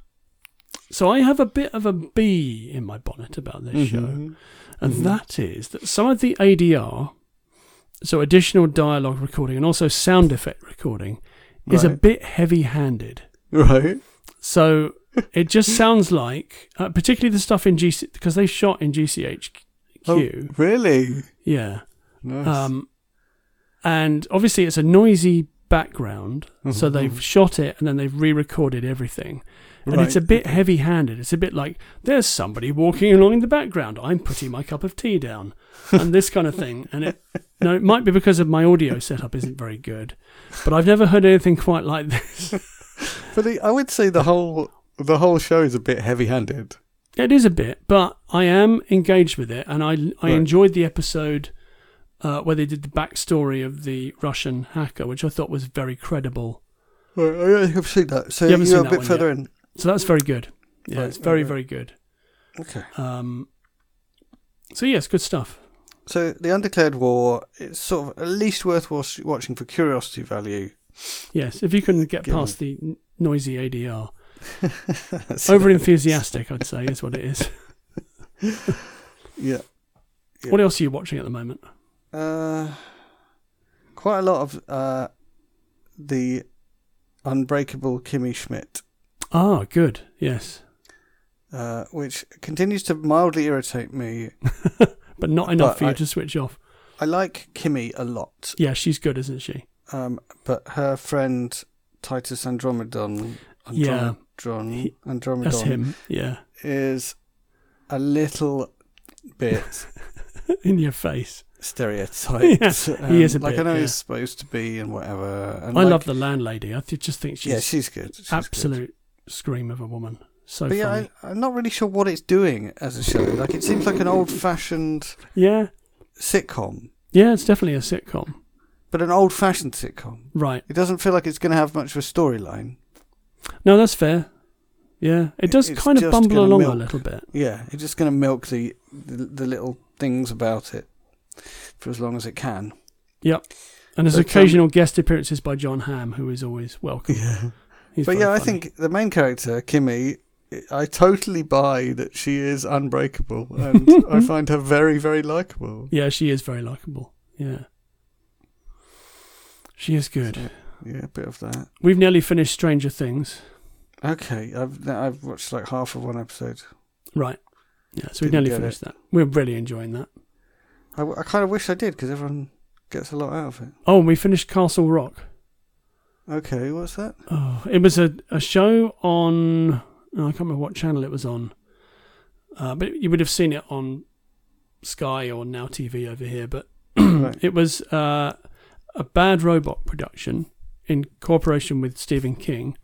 S2: So I have a bit of a bee in my bonnet about this show.
S1: Mhm.
S2: and
S1: Mhm.
S2: that is that some of the ADR, so additional dialogue recording and also sound effect recording, is a
S1: Right.
S2: bit heavy handed.
S1: Right.
S2: So it just sounds like, uh, particularly the stuff in GC, because they shot in GCHQ.
S1: Oh, really?
S2: Yeah.
S1: Nice.
S2: Um, and obviously it's a noisy background, so
S1: Mhm,
S2: they've
S1: mhm.
S2: shot it and then they've re-recorded everything. And it's a bit heavy-handed. It's a bit like there's somebody walking along in the background. I'm putting my cup of tea down,
S1: (laughs)
S2: and this kind of thing. And it, (laughs) no, it might be because of my audio setup isn't very good, but I've never heard anything quite like this.
S1: For the, I would say the whole the whole show is a bit heavy-handed.
S2: It is a bit, but I am engaged with it, and I I
S1: Right.
S2: enjoyed the episode uh, where they did the backstory of the Russian hacker, which I thought was very credible.
S1: Right, I have seen that. So
S2: You
S1: you are
S2: haven't seen
S1: a
S2: that
S1: bit
S2: one
S1: further in.
S2: So that's very good. Yeah,
S1: Right,
S2: it's very
S1: right,
S2: very good.
S1: Okay.
S2: Um, so yes, good stuff.
S1: So the Undeclared War is sort of at least worth watch- watching for curiosity value.
S2: Yes, if you can get
S1: Give
S2: past the n- noisy ADR,
S1: That's-
S2: over enthusiastic, I'd say is what it is.
S1: (laughs) Yeah. Yeah.
S2: What else are you watching at the moment?
S1: (laughs) Uh, quite a lot of uh, the Unbreakable Kimmy Schmidt,
S2: Ah, good. Yes,
S1: uh, which continues to mildly irritate me.
S2: but not enough
S1: But
S2: for you
S1: I-
S2: to switch off.
S1: I like Kimmy a lot,
S2: Yeah, she's good, isn't she?
S1: um, but her friend Titus Andromedon,
S2: Yeah.
S1: Andromedon,
S2: He-
S1: Andromedon
S2: That's him. Yeah,
S1: is a little bit
S2: in your face.
S1: stereotyped.
S2: (laughs) Yeah, he is a
S1: like
S2: bit,
S1: I know
S2: yeah.
S1: he's supposed to be and whatever. And
S2: I
S1: like-
S2: love the landlady. I th- just think she's
S1: yeah, she's good. She's good.
S2: absolute scream of a woman. So
S1: But yeah,
S2: funny.
S1: I, I'm not really sure what it's doing as a show. Like it seems like an old-fashioned
S2: yeah,
S1: sitcom,
S2: yeah, it's definitely a sitcom,
S1: but an old-fashioned sitcom.
S2: right?
S1: It doesn't feel like it's going to have much of a storyline.
S2: No, that's fair. Yeah, it does
S1: It's
S2: kind of
S1: just
S2: bumble
S1: gonna
S2: along a
S1: milk.
S2: little bit.
S1: Yeah, it's just going to milk the, the the little things about it for as long as it
S2: (laughs)
S1: can.
S2: And
S1: But,
S2: there's
S1: um,
S2: occasional guest appearances by John Hamm, who is always welcome.
S1: Yeah.
S2: He's
S1: but
S2: very
S1: yeah, I
S2: funny.
S1: think the main character, Kimmy, I totally buy that she is
S2: (laughs)
S1: unbreakable, and I find her very, very likable.
S2: yeah, she is very likable. Yeah, she is good.
S1: So, yeah, a bit of that.
S2: We've nearly finished Stranger Things,
S1: Okay, I've now I've watched like half of one episode.
S2: right? Yeah, so
S1: Didn't
S2: we've nearly
S1: get it.
S2: finished that. We're really enjoying that.
S1: I, w- I kind of wish I did because everyone gets a lot out of it.
S2: Oh, and we finished Castle Rock.
S1: Okay, what's that?
S2: Oh, it was a, a show on. oh, I can't remember what channel it was on. Uh, but you would have seen it on Sky or Now TV over here. But (clears throat)
S1: Right.
S2: it was uh, a Bad Robot production in cooperation with Stephen King.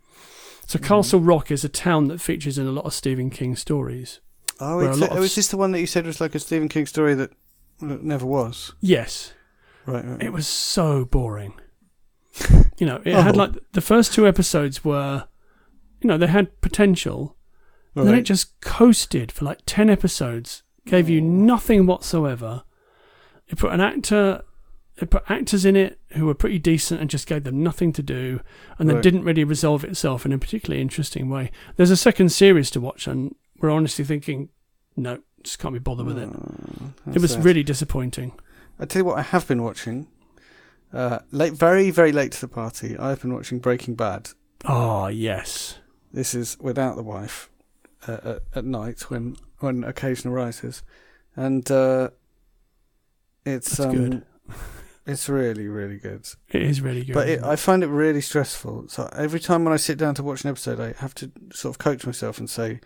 S2: So
S1: Mhm.
S2: Castle Rock is a town that features in a lot of Stephen King stories.
S1: Oh,
S2: Where a
S1: it's,
S2: lot
S1: oh,
S2: of
S1: is this the one that you said was like a Stephen King story that that never was?
S2: Yes,
S1: Right, right.
S2: it was
S1: (laughs)
S2: so boring. You know, it had
S1: Oh.
S2: like the first two episodes were, you know, they had potential, And Then it
S1: right.
S2: just coasted for like 10 episodes, gave you
S1: Oh.
S2: nothing whatsoever. It put an actor, it put actors in it who were pretty decent and just gave them nothing to do, and then
S1: Right.
S2: didn't really resolve itself in a particularly interesting way. There's a second series to watch, and we're honestly thinking, no, just can't be bothered with it.
S1: Oh,
S2: It
S1: that's
S2: was
S1: sad.
S2: really disappointing.
S1: I tell you what, I have been watching. Uh, late, very, very late to the party. I've been watching Breaking Bad.
S2: Oh, yes.
S1: This is without the wife uh, at, at night when when occasion arises, and uh, it's
S2: That's
S1: um,
S2: good.
S1: it's really, really good.
S2: It is really good.
S1: But it,
S2: isn't
S1: I find it really stressful. So every time when I sit down to watch an episode, I have to sort of coach myself and say,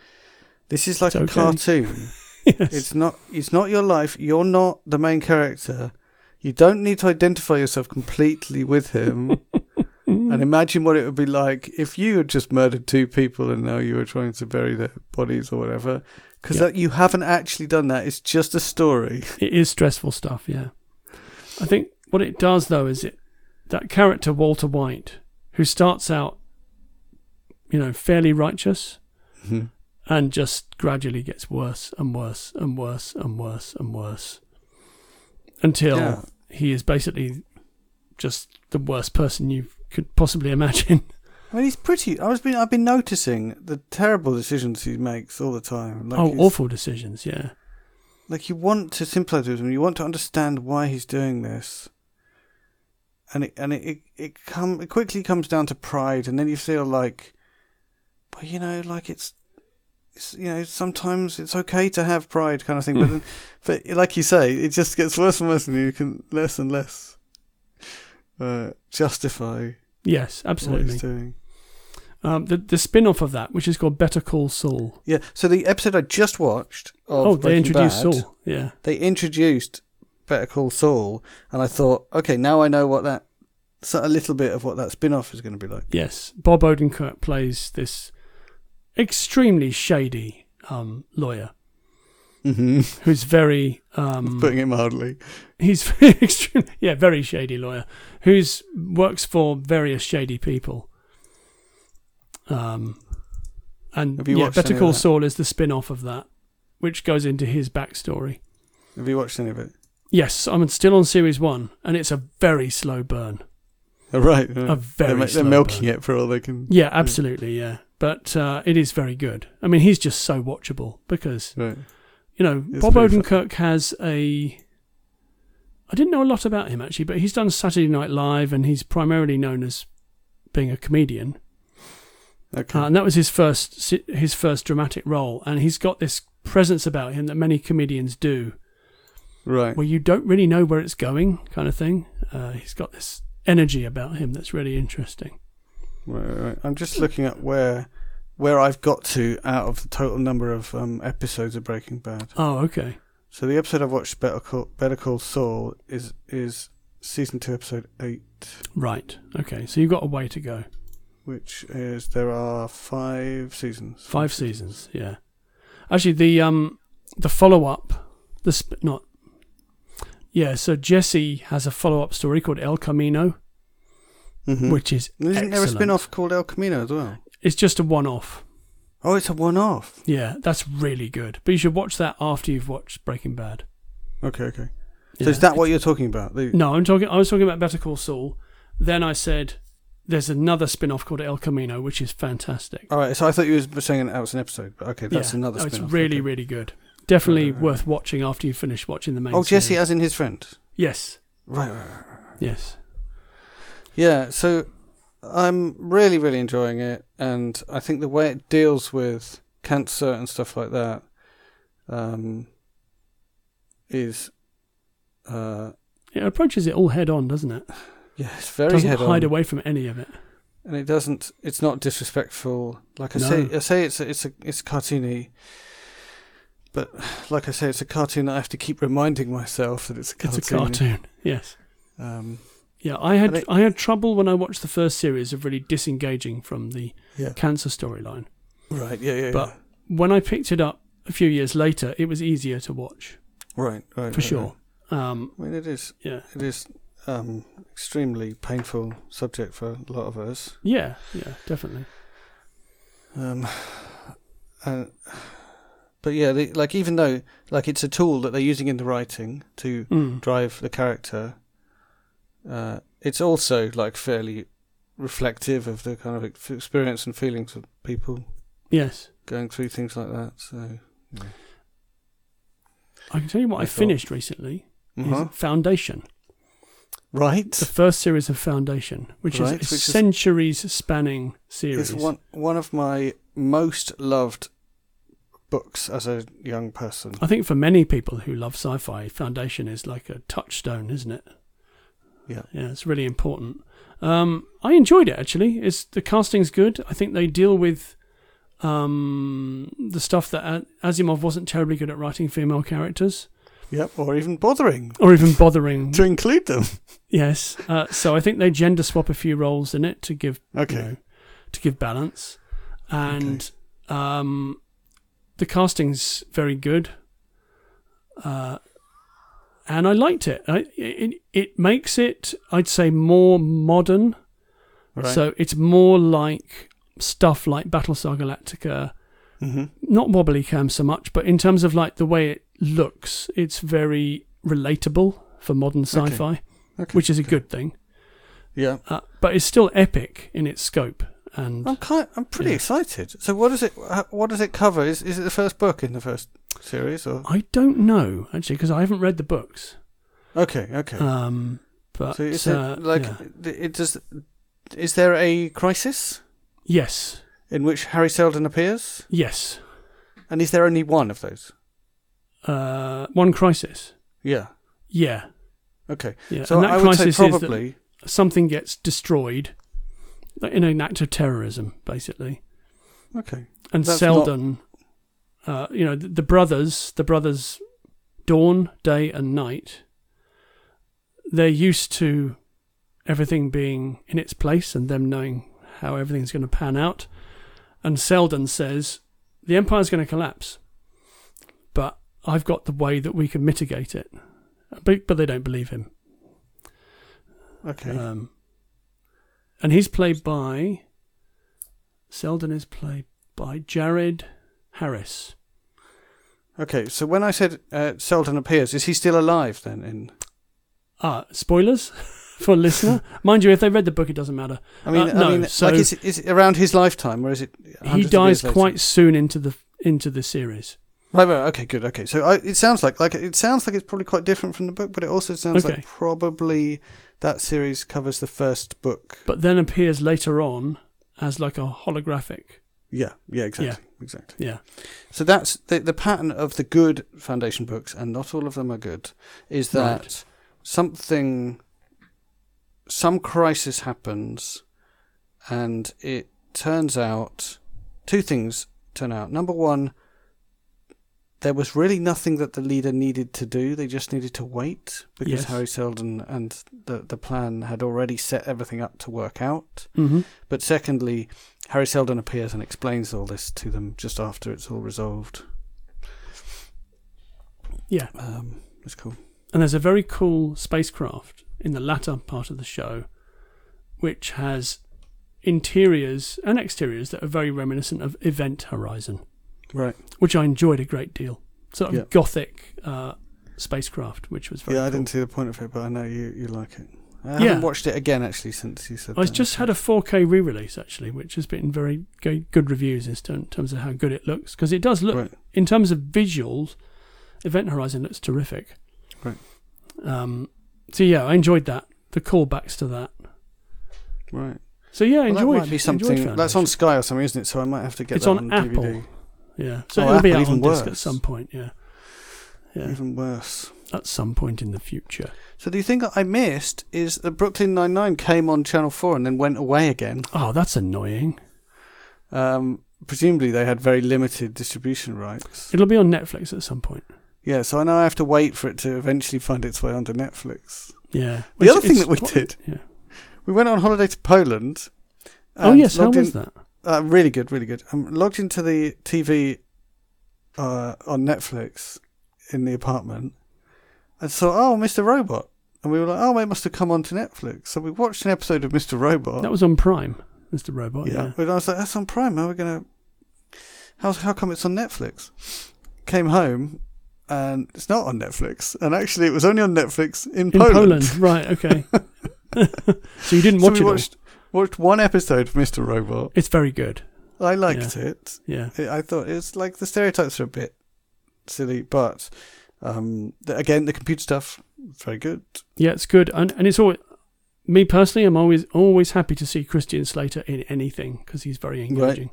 S1: "This is like
S2: It's
S1: a
S2: okay." (laughs)
S1: cartoon.
S2: it? (laughs) yes.
S1: it's not. It's not your life. You're not the main character. You don't need to identify yourself completely with
S2: (laughs)
S1: him."
S2: Mm.
S1: And imagine what it would be like if you had just murdered two people and now you were trying to bury their bodies or whatever. Because
S2: Yeah.
S1: that you haven't actually done that. It's just a
S2: (laughs)
S1: story.
S2: it is stressful stuff. Yeah, I think what it does though is it that character Walter White, who starts out, you know, fairly righteous and just gradually gets worse and worse and worse and worse and worse until
S1: Yeah.
S2: he is basically just the worst person you could possibly imagine.
S1: I mean, he's pretty. I was been. I've been noticing the terrible decisions he makes all the time. (laughs) Like
S2: oh,
S1: he's-
S2: awful decisions. Yeah,
S1: Like you want to sympathize with him. You want to understand why he's doing this. And it and it it, it come it quickly comes down to pride, and then you feel like, but you know, like it's. it's You know, sometimes it's okay to have pride, kind of (laughs)
S2: Hmm.
S1: thing. But, then, but like you say, it just gets worse and worse, and you can less and less. uh, justify
S2: Yes,
S1: what he's
S2: absolutely.
S1: doing.
S2: Um, the the spin off of that, which is called Better Call Saul.
S1: Yeah. So the episode I just watched of
S2: oh, they
S1: Breaking
S2: introduced
S1: Bad,
S2: Saul. Yeah.
S1: They introduced Better Call Saul, and I thought, okay, now I know what that so- a little bit of what that spin-off is going to be like.
S2: Yes, Bob Odenkirk plays this extremely shady um, lawyer
S1: Mm-hmm.
S2: who's very um,
S1: (laughs) Putting it mildly.
S2: he's (laughs) extremely yeah very shady lawyer who's works for various shady people. Um, and
S1: Have you
S2: yeah,
S1: watched
S2: Better
S1: any of
S2: Call
S1: that?
S2: Saul is the spin off of that, which goes into his backstory.
S1: Have you watched any of it?
S2: Yes, I'm still on series one, and it's a very slow burn.
S1: Oh, right.
S2: A very
S1: they're, ma-
S2: slow
S1: they're milking
S2: burn.
S1: it for all they can.
S2: Yeah, absolutely, yeah. But uh, it is very good. I mean, he's just so watchable because
S1: Right.
S2: you know
S1: It's
S2: Bob
S1: pretty
S2: Odenkirk has a. I didn't know a lot about him actually, but he's done Saturday Night Live, and he's primarily known as being a comedian.
S1: Okay.
S2: Uh, and that was his first si- his first dramatic role, and he's got this presence about him that many comedians do,
S1: right.
S2: where you don't really know where it's going, kind of thing. Uh, he's got this energy about him that's really interesting.
S1: Right, right, right. I'm just looking at where where I've got to out of the total number of um, episodes of Breaking Bad.
S2: Oh, okay.
S1: So the episode I've watched, Better Call, Better Call Saul, is is season two, episode eight,
S2: Right. Okay. So you've got a way to go.
S1: which is there are five seasons.
S2: Five seasons. Yeah. Actually, the um the follow up, the sp- not. Yeah. So Jesse has a follow up story called El Camino,
S1: Mm-hmm.
S2: which is
S1: Isn't there a
S2: excellent.
S1: spin off called El Camino as well?
S2: It's just a one off.
S1: Oh, it's a one off.
S2: Yeah, that's really good. But you should watch that after you've watched Breaking Bad.
S1: Okay, okay.
S2: Yeah.
S1: So is that what you're talking about? The,
S2: No, I'm talking. I was talking about Better Call Saul. Then I said, "There's another spin-off called El Camino, which is fantastic.
S1: All right, so I thought you were saying that was an episode, but okay, Oh, that's
S2: Yeah.
S1: another
S2: Oh,
S1: spin
S2: It's
S1: off.
S2: really, really good. Definitely
S1: Right, right,
S2: worth watching after you finish watching the main.
S1: Oh, Jesse
S2: series.
S1: as in his friend.
S2: Yes,
S1: Right, right, right.
S2: yes.
S1: Yeah, so I'm really, really enjoying it, and I think the way it deals with cancer and stuff like that um, is, uh,
S2: It approaches it all head on, doesn't it?
S1: yeah, it's very
S2: doesn't
S1: head
S2: hide
S1: on,
S2: away from any of it.
S1: and it doesn't. It's not disrespectful. Like I
S2: No.
S1: say, I say it's a, it's a, it's cartoony. But like I say, it's a cartoon that I have to keep reminding myself that it's a cartoon.
S2: It's a cartoon. Yes.
S1: Um,
S2: Yeah, I had
S1: And it-
S2: I had trouble when I watched the first series of really disengaging from the
S1: yeah.
S2: cancer storyline.
S1: Right. Yeah. Yeah.
S2: But- When I picked it up a few years later, it was easier to watch
S1: yeah. Right. Right. right,
S2: for
S1: right.
S2: sure. Um,
S1: I mean, it is
S2: yeah,
S1: It is um extremely painful subject for a lot of us.
S2: yeah, yeah, definitely.
S1: Um, and, but yeah, they, like even though like it's a tool that they're using in the writing to
S2: Mm.
S1: drive the character, uh, it's also like fairly reflective of the kind of ex- experience and feelings of people
S2: Yes,
S1: going through things like that. So
S2: I can tell you what I,
S1: I thought-
S2: finished recently
S1: Uh-huh.
S2: is Foundation, the
S1: right,
S2: first series of Foundation, which
S1: Right,
S2: is
S1: which
S2: a
S1: is-
S2: centuries-spanning series.
S1: it's one one of my most loved books as a young person.
S2: I think for many people who love sci-fi, Foundation is like a touchstone, isn't it?
S1: Yeah.
S2: yeah, it's really important. Um, I enjoyed it actually. It's the casting's good. I think they deal with um, the stuff that A- Asimov wasn't terribly good at writing female characters
S1: Yep, or even bothering
S2: or even
S1: (laughs)
S2: bothering.
S1: to include them.
S2: yes, uh, so I think they gender swap a few roles in it to give
S1: Okay.
S2: you know, to give balance, and um, the casting's very good. Uh, and I liked it. I, it. It makes it, I'd say, more modern.
S1: Right.
S2: So it's more like stuff like Battlestar Galactica,
S1: Mhm.
S2: not wobbly cam so much, but in terms of like the way it looks, it's very relatable for modern
S1: Okay.
S2: sci-fi,
S1: Okay.
S2: which is a good thing.
S1: yeah,
S2: Uh, but it's still epic in its scope, and
S1: I'm kind. I'm pretty
S2: Yeah.
S1: excited. So what does it? uh, What does it cover? Is is it the first book in the first series or?
S2: I don't know actually because I haven't read the books.
S1: Okay, okay.
S2: Um, but
S1: so is
S2: uh,
S1: it like
S2: yeah.
S1: th- it does? Is there a crisis
S2: yes,
S1: in which Harry Seldon appears?
S2: yes,
S1: And is there only one of those?
S2: uh, one crisis.
S1: Yeah.
S2: Yeah,
S1: Okay.
S2: yeah.
S1: So
S2: and that
S1: I would say
S2: crisis is that
S1: probably
S2: something gets destroyed in an act of terrorism, basically.
S1: Okay.
S2: And
S1: That's
S2: Seldon, uh, you know, the, the brothers, the brothers, dawn, day, and night. They're used to everything being in its place and them knowing how everything's going to pan out. And Seldon says the empire's going to collapse, but I've got the way that we can mitigate it. But, but they don't believe him.
S1: Okay.
S2: Um, and he's played by. Seldon is played by Jared Harris.
S1: okay. So when I said uh, Seldon appears, is he still alive then? In
S2: Ah, spoilers (laughs) for
S1: (laughs)
S2: a listener. Mind you, if they read the book, it doesn't matter.
S1: I mean,
S2: Uh, no,
S1: I mean,
S2: so-
S1: like is, it- is it around his lifetime or is it?
S2: He
S1: hundreds of
S2: dies
S1: years later?
S2: quite soon into the into the series.
S1: Right, right. Okay, good. Okay, so I, it sounds like like it sounds like it's probably quite different from the book, but it also sounds
S2: Okay.
S1: like probably that series covers the first book.
S2: but then appears later on as like a holographic.
S1: Yeah, yeah, exactly, exactly.
S2: Yeah.
S1: So that's the the pattern of the good foundation books, and not all of them are good. Is that
S2: Right.
S1: something, some crisis happens, and it turns out two things turn out. Number one, there was really nothing that the leader needed to do. They just needed to wait because
S2: Yes.
S1: Harry Seldon and the the plan had already set everything up to work out.
S2: Mm-hmm.
S1: But secondly, Harry Seldon appears and explains all this to them just after it's all resolved.
S2: Yeah.
S1: Um, that's cool.
S2: And there's a very cool spacecraft in the latter part of the show, which has interiors and exteriors that are very reminiscent of Event Horizon,
S1: Right.
S2: which I enjoyed a great deal. Sort of
S1: Yeah.
S2: gothic uh, spacecraft, which was very.
S1: yeah, I
S2: cool.
S1: didn't see the point of it, but I know you, you like it. I
S2: Yeah.
S1: haven't watched it again actually since you said
S2: I
S1: that.
S2: just had a 4K re-release actually, which has been very go- good reviews in ter- in terms of how good it looks because it does look
S1: Right.
S2: in terms of visuals. Event Horizon looks terrific.
S1: Right.
S2: Um, so yeah, I enjoyed that. The callbacks to that.
S1: Right.
S2: So yeah, I
S1: Well,
S2: enjoyed.
S1: that might be something
S2: enjoyed
S1: that's on
S2: Foundation.
S1: Sky or something, isn't it? So I might have to get
S2: It's
S1: that
S2: on Apple.
S1: DVD.
S2: Yeah, so
S1: Oh,
S2: it'll be
S1: Apple,
S2: out
S1: even
S2: on disc at
S1: worse.
S2: some point. Yeah, yeah,
S1: Even worse.
S2: at some point in the future.
S1: So the thing that I missed is that Brooklyn Nine Nine came on Channel Four and then went away again.
S2: Oh, that's annoying.
S1: Um, presumably they had very limited distribution rights.
S2: It'll be on Netflix at some point.
S1: Yeah, so I know I have to wait for it to eventually find its way onto Netflix.
S2: Yeah.
S1: The
S2: Which
S1: other thing
S2: is-
S1: that we did,
S2: Yeah.
S1: we went on holiday to Poland.
S2: Oh
S1: and
S2: yes, how
S1: logged
S2: was
S1: in-
S2: that?
S1: Uh, really good, really good. Um, logged into the TV uh, on Netflix in the apartment and saw, oh, Mr. Robot. And we were like, oh, it must have come onto Netflix. So we watched an episode of Mr. Robot.
S2: That was on Prime, Mr. Robot.
S1: yeah.
S2: Yeah.
S1: And I was like, that's on Prime. How are we going to. How, how come it's on Netflix? Came home and it's not on Netflix. And actually, it was only on Netflix in,
S2: In Poland. (laughs) right?
S1: (laughs)
S2: Okay. so you didn't
S1: So
S2: watch
S1: we
S2: it. all.
S1: watched, watched one episode of Mr. Robot.
S2: It's very good.
S1: I liked it.
S2: Yeah.
S1: I I thought it was like the stereotypes are a bit silly, but um, the, again, the computer stuff very good.
S2: Yeah, it's good, and and it's all. Me personally, I'm always always happy to see Christian Slater in anything because he's very engaging.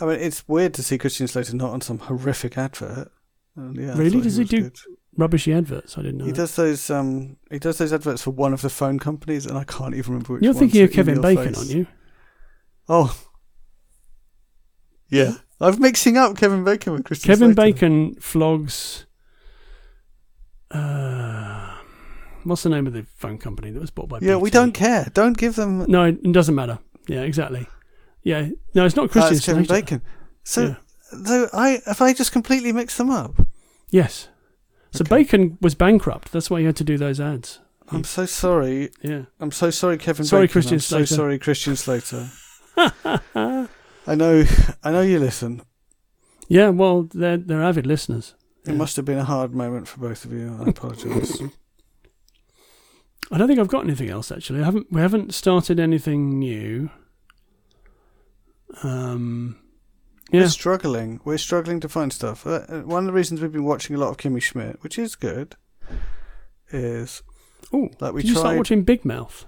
S1: I mean, it's weird to see Christian Slater not on some horrific advert. And, yeah, I
S2: Really?
S1: thought
S2: Does he
S1: was
S2: do-
S1: good.
S2: Rubbishy adverts, I didn't know.
S1: He
S2: that.
S1: does those. Um, he does those adverts for one of the phone companies, and I can't even remember which.
S2: You're
S1: ones
S2: thinking of
S1: are in
S2: Kevin
S1: your
S2: Bacon,
S1: face.
S2: aren't you?
S1: Oh, yeah. I'm mixing up Kevin Bacon with Christian.
S2: Kevin
S1: Slater.
S2: Bacon flogs. Uh, what's the name of the phone company that was bought by?
S1: Yeah, we
S2: BT?
S1: don't care. Don't give them. uh,
S2: No, it doesn't matter. Yeah, exactly. Yeah, no, it's not
S1: Uh,
S2: Christian
S1: it's Kevin
S2: Slater.
S1: Bacon. So,
S2: Yeah.
S1: so I have I just completely mixed them up.
S2: Yes. So
S1: Okay.
S2: Bacon was bankrupt. That's why he had to do those ads.
S1: I'm so sorry.
S2: Yeah.
S1: I'm so sorry, Kevin.
S2: Sorry,
S1: Bacon.
S2: Christian
S1: I'm
S2: Slater.
S1: So sorry, Christian
S2: (laughs)
S1: Slater. I know. I know you listen.
S2: Yeah, well, they're they're
S1: (laughs)
S2: avid listeners.
S1: It
S2: Yeah.
S1: must have been a hard moment for both of you. I apologise.
S2: I don't think I've got anything else actually. I haven't we haven't started anything new. Um
S1: We're
S2: yeah.
S1: struggling. We're struggling to find stuff. Uh, uh, one of the reasons we've been watching a lot of Kimmy Schmidt, which is good, is
S2: Oh,
S1: like we
S2: did you start
S1: tried-
S2: watching Big Mouth?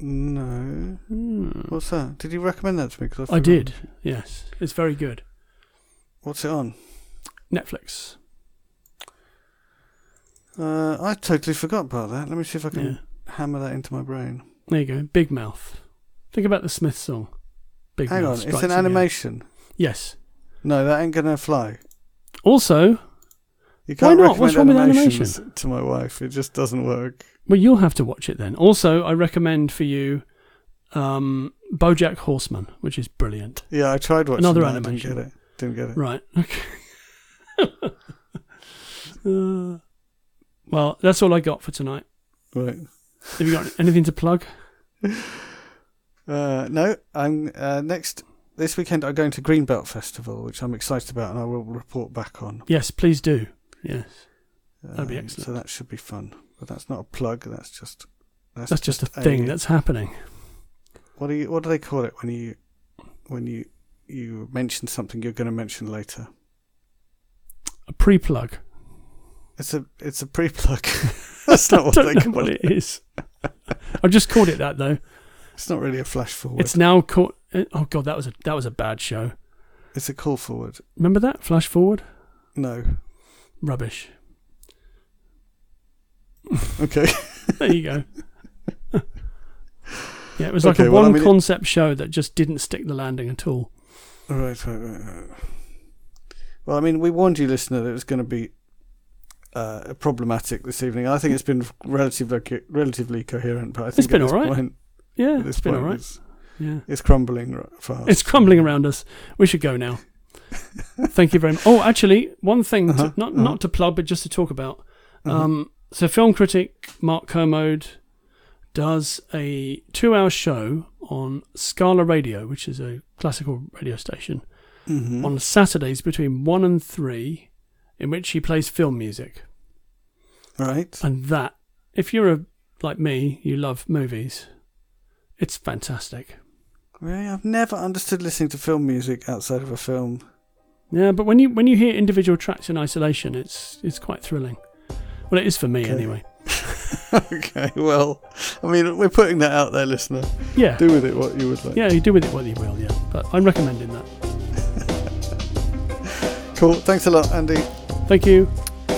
S1: no.
S2: Hmm.
S1: What's that? Did you recommend that to me? 'Cause
S2: I
S1: forgot.
S2: did. Yes, it's very good.
S1: What's it on?
S2: Netflix.
S1: Uh, I totally forgot about that. Let me see if I can
S2: Yeah.
S1: hammer that into my brain.
S2: There you go. Big Mouth. Think about the Smith song. Big
S1: Hang
S2: Mouth
S1: on,
S2: strikes
S1: it's an
S2: again.
S1: animation.
S2: Yes.
S1: No, that ain't gonna fly.
S2: Also,
S1: You
S2: Why
S1: can't
S2: not? What's
S1: recommend
S2: wrong with
S1: animations to my wife. It just doesn't work.
S2: well, you'll have to watch it then. Also, I recommend for you um, BoJack Horseman, which is brilliant.
S1: Yeah, I tried watching
S2: Another
S1: that.
S2: animation.
S1: Didn't get it. Didn't get it.
S2: Right. (laughs) Okay. Uh, well, that's all I got for tonight.
S1: Right.
S2: Have you got anything to plug?
S1: Uh, no, I'm uh, next this weekend. I'm going to Greenbelt Festival, which I'm excited about, and I will report back on.
S2: Yes, please do. Yes.
S1: That'd
S2: be
S1: So
S2: excellent.
S1: that should be fun. But that's not a plug. That's just that's,
S2: That's just a thing
S1: a-
S2: that's happening.
S1: what do you what do they call it when you when you you mention something you're going to mention later?
S2: A pre plug.
S1: It's a it's a pre plug. (laughs) that's
S2: (laughs)
S1: not what
S2: don't
S1: they
S2: know
S1: call
S2: what
S1: it.
S2: it is. (laughs) I've just called it that though.
S1: It's not really a flash forward.
S2: It's now called. Oh god, that was a that was a bad show.
S1: It's a call forward.
S2: Remember that flash forward
S1: No.
S2: rubbish.
S1: Okay.
S2: (laughs) There
S1: (laughs)
S2: you go. yeah, it was like
S1: Okay,
S2: a
S1: well, I
S2: one
S1: mean, it-
S2: concept show that just didn't stick the landing at all.
S1: Right, right, right, right. Well, I mean, we warned you, listener, that it was going to be uh, problematic this evening. I think it's been relatively co- relatively coherent, but I think
S2: been
S1: at this
S2: all right.
S1: Point,
S2: Yeah,
S1: at this
S2: it's been all
S1: point,
S2: right.
S1: It's,
S2: Yeah,
S1: it's crumbling r- fast.
S2: it's crumbling around us. We should go now. Thank you very much. Oh, actually, one thing
S1: Uh-huh,
S2: to, not
S1: uh-huh.
S2: not to plug, but just to talk about.
S1: Uh-huh.
S2: Um, so, film critic Mark Kermode does a two hour show on Scala Radio, which is a classical radio station,
S1: Mhm.
S2: on Saturdays between 1 and 3, in which he plays film music.
S1: right.
S2: And that, if you're a, like me, you love movies, it's fantastic.
S1: Really, I've never understood listening to film music outside of a film. (laughs)
S2: Yeah, but when you when you hear individual tracks in isolation, it's it's quite thrilling. Well, it is for me
S1: Okay.
S2: anyway.
S1: okay, well, I mean, we're putting that out there, listener.
S2: Yeah,
S1: Do with it what you would like.
S2: yeah, you do with it what you will. Yeah, but I'm recommending that.
S1: Cool. Thanks a lot, Andy.
S2: Thank you.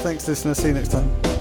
S1: Thanks, listener. See you next time.